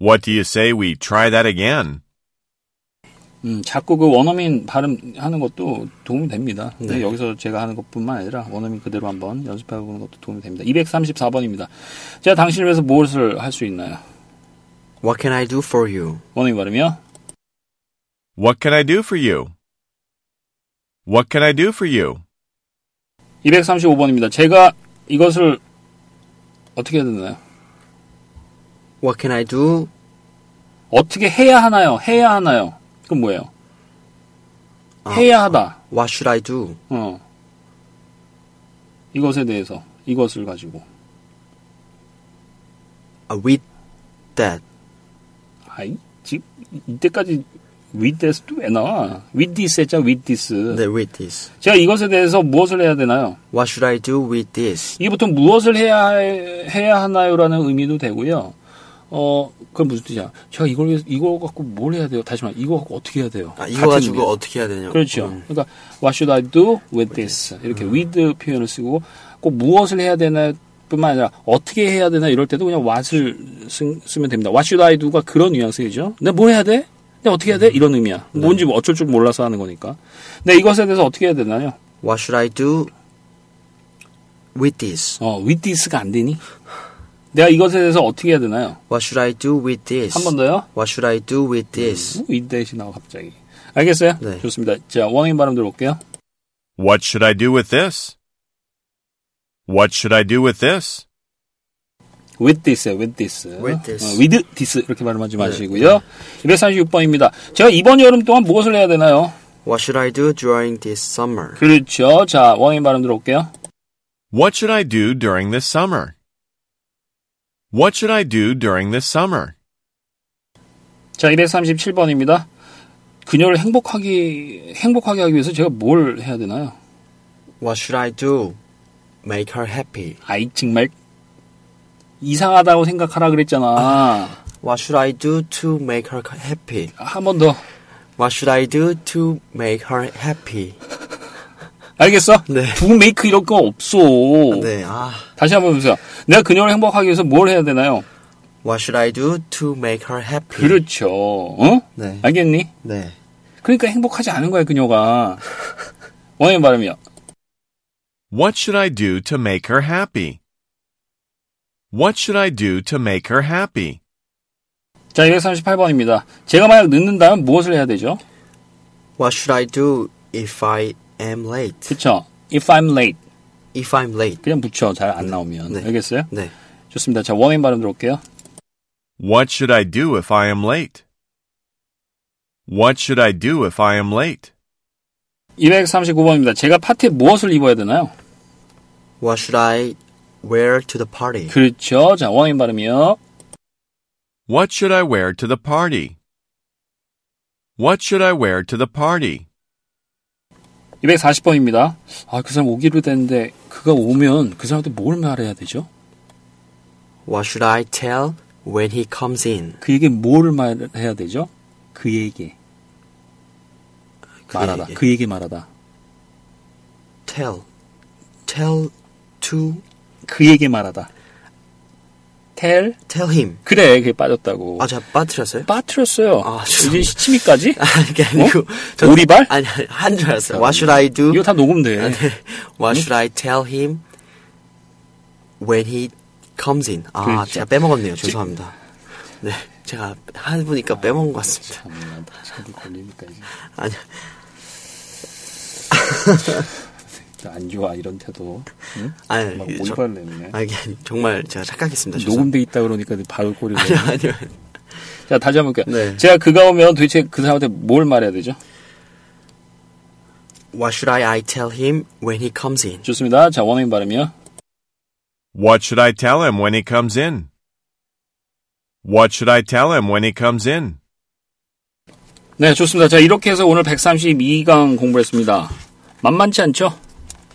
S3: What do you say we try that again?
S1: 음, 자꾸 그 원어민 발음 하는 것도 도움이 됩니다. 근데
S2: 네.
S1: 여기서 제가 하는 것뿐만 아니라 원어민 그대로 한번 연습해 보는 것도 도움이 됩니다. 234번입니다. 제가 당신을 위해서 무엇을 할 수 있나요?
S2: What can I do for you?
S1: 원어민 발음이요?
S3: What can I do for you? What can I do for you?
S1: 235번입니다. 제가 이것을 어떻게 해야 되나요?
S2: What can I do?
S1: 어떻게 해야 하나요? 해야 하나요? 그건 뭐예요?
S2: 아,
S1: 해야 하다.
S2: Uh, What should I do?
S1: 어. 이것에 대해서 이것을 가지고
S2: Uh, with that.
S1: 아이 지 이때까지 with this도 왜 나와? with this 했잖아, with this.
S2: 네, with this.
S1: 제가 이것에 대해서 무엇을 해야 되나요?
S2: What should I do with this?
S1: 이게 보통 무엇을 해야, 해야 하나요라는 의미도 되고요. 어, 그건 무슨 뜻이야? 제가 이걸, 위해서- 이거 갖고 뭘 해야 돼요? 다시 말, 이거 갖고 어떻게 해야 돼요?
S2: 아, Uh, 이거
S1: 같은
S2: 가지고
S1: 의미예요.
S2: 어떻게 해야 되냐고.
S1: 그렇죠.
S2: 음.
S1: 그러니까 what should I do with this? 이렇게 with 표현을 쓰고 꼭 무엇을 해야 되나뿐만 아니라 어떻게 해야 되나 이럴 때도 그냥 what을 쓰, 쓰면 됩니다. what should I do가 그런 뉘앙스이죠. 내가 뭐 해야 돼? 내가 어떻게 해야 돼? 이런 의미야.
S2: 네.
S1: 뭔지 뭐 어쩔 줄 몰라서 하는 거니까. 근데 이것에 대해서 어떻게 해야 되나요?
S2: What should I do with this?
S1: 어, with this가 안 되니? 내가 이것에 대해서 어떻게 해야 되나요?
S2: What should I do with this?
S1: 한 번 더요?
S2: What should I do with this?
S1: 음, with that이 나와 갑자기. 알겠어요?
S2: 네.
S1: 좋습니다. 자, 원인 발음 들어볼게요.
S3: What should I do with this? What should I do with this?
S1: with this, with this.
S2: With this. 네,
S1: 어, with this. 이렇게 발음하지 마시고요. 236번입니다. 제가 이번 여름 동안 무엇을 해야 되나요?
S2: What should I do during this summer?
S1: 그렇죠. 자, 원인 발음 들어볼게요.
S3: What should I do during this summer? What should I do during this summer?
S1: 자, 237번입니다. 그녀를 행복하게, 행복하게 하기 위해서 제가 뭘 해야 되나요?
S2: What should I do? Make her happy.
S1: 아이, 정말. 이상하다고 생각하라 그랬잖아.
S2: What should I do to make her happy?
S1: 한 번 더.
S2: What should I do to make her happy?
S1: 알겠어?
S2: 네.
S1: 두 메이크 이런 거 없어.
S2: 네, 아.
S1: 다시 한번 보세요. 내가 그녀를 행복하기 위해서 뭘 해야
S2: 네.
S1: 되나요?
S2: What should I do to make her happy?
S1: 그렇죠. 어?
S2: 네.
S1: 알겠니?
S2: 네.
S1: 그러니까 행복하지 않은 거야 그녀가 원인 발음이요
S3: What should I do to make her happy? What should I do to make her happy?
S1: 자 238번입니다 제가 만약 늦는다면 무엇을 해야 되죠?
S2: What should I do if I am late?
S1: 그쵸 If I'm late
S2: If I'm late.
S1: 그냥 붙여 잘 안 나오면
S2: 네.
S1: 알겠어요?
S2: 네.
S1: 좋습니다 자 원인 발음 들어올게요
S3: What should I do if I am late? What should I do if I am late?
S1: 239번입니다 제가 파티에 무엇을 입어야 되나요?
S2: What should I wear to the party?
S1: 그렇죠 자 원인 발음이요
S3: What should I wear to the party? What should I wear to the party?
S1: 240번입니다 아 그 사람 오기로 됐는데 그가 오면 그 사람한테 뭘 말해야 되죠?
S2: What should I tell when he comes in?
S1: 그에게 뭘 말해야 되죠? 그에게 말하다
S2: 그에게.
S1: 그에게 말하다
S2: tell. Tell to
S1: 그에게 말하다 tell
S2: tell him.
S1: 그래, 그게 빠졌다고.
S2: 아, 제가 빠뜨렸어요?
S1: 빠트렸어요.
S2: 아, 죄송합니다.
S1: 이제 시치미까지?
S2: 아, 그게 아니고.
S1: 어?
S2: 저는-
S1: 오리발?
S2: 아니, 아니, 한줄 알았어요. What should I do?
S1: 이거 다 녹음돼.
S2: 아, 네. What should I tell him when he comes in? 아,
S1: 그렇죠.
S2: 제가 빼먹었네요. 죄송합니다. 네. 제가 해보니까 빼먹은 것 같습니다.
S1: 아, 참나, 자꾸 걸리니까 이제
S2: 아니,
S1: 안 좋아 이런 태도. 응?
S2: 아니,
S1: 막
S2: 저-
S1: 오리발 내미네.
S2: 아, 이게 아니- 정말 제가 착각했습니다. 죄송합니다.
S1: 녹음돼 있다 그러니까 바로 꼬리를.
S2: 아니, 아니요.
S1: 자, 다시 한번 볼게요.
S2: 네.
S1: 제가 그가 오면 도대체 그 사람한테 뭘 말해야 되죠?
S2: What should I, I tell him when he comes in?
S1: 좋습니다. 자, 원어민 발음이요.
S3: What should I tell him when he comes in? What should I tell him when he comes in?
S1: 네, 좋습니다. 자, 이렇게 해서 오늘 132강 공부했습니다. 만만치 않죠?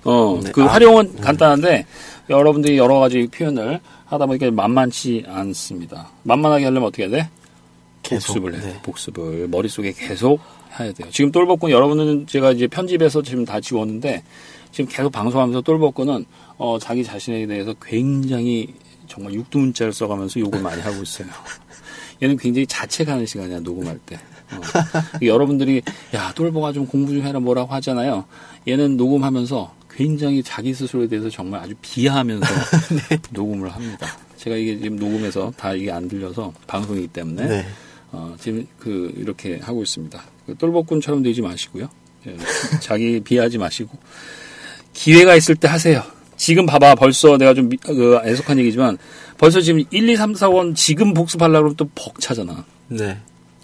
S1: 어,
S2: 네.
S1: 그
S2: 아,
S1: 활용은 간단한데 여러분들이 여러 가지 표현을 하다 보니까 만만치 않습니다. 만만하게 하려면 어떻게 해야 돼? 복습을 해.
S2: 네.
S1: 복습을 머릿속에 계속 해야 돼요. 지금 똘복군 여러분은 제가 이제 편집해서 지금 다 지웠는데 지금 계속 방송하면서 똘복군은 어, 자기 자신에 대해서 굉장히 정말 육두문자를 써가면서 욕을 많이 하고 있어요. 얘는 굉장히 자책하는 시간이야 녹음할 때. 어. 여러분들이 야 똘보가 좀 공부 좀 해라 뭐라고 하잖아요. 얘는 녹음하면서 굉장히 자기 스스로에 대해서 정말 아주 비하하면서
S2: 네.
S1: 녹음을 합니다. 제가 이게 지금 녹음해서 다 이게 안 들려서 방송이기 때문에
S2: 네.
S1: 어, 지금 그 이렇게 하고 있습니다. 그 똘복군처럼 되지 마시고요. 예, 자기 비하하지 마시고 기회가 있을 때 하세요. 지금 봐봐 벌써 내가 좀 미- 그, 애석한 얘기지만 벌써 지금 1, 2, 3, 4, 5 지금 복습하려고 그러면 또 벅차잖아.
S2: 네.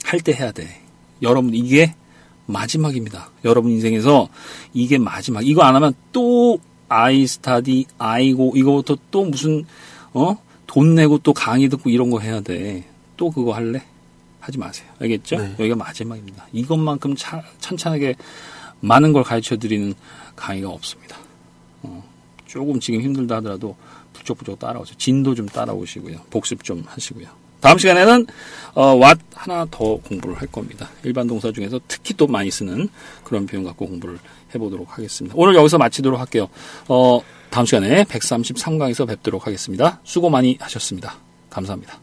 S1: 할 때 해야 돼. 여러분 이게 마지막입니다. 여러분 인생에서 이게 마지막. 이거 안 하면 또 아이 스타디 아이고 이거부터 또 무슨 어? 돈 내고 또 강의 듣고 이런 거 해야 돼. 또 그거 할래? 하지 마세요. 알겠죠?
S2: 네.
S1: 여기가 마지막입니다. 이것만큼 차- 찬찬하게 많은 걸 가르쳐 드리는 강의가 없습니다. 어, 조금 지금 힘들다 하더라도 부쩍부쩍 따라오세요. 진도 좀 따라오시고요. 복습 좀 하시고요. 다음 시간에는 어, what 하나 더 공부를 할 겁니다. 일반 동사 중에서 특히 또 많이 쓰는 그런 표현 갖고 공부를 해보도록 하겠습니다. 오늘 여기서 마치도록 할게요. 어, 다음 시간에 133강에서 뵙도록 하겠습니다. 수고 많이 하셨습니다. 감사합니다.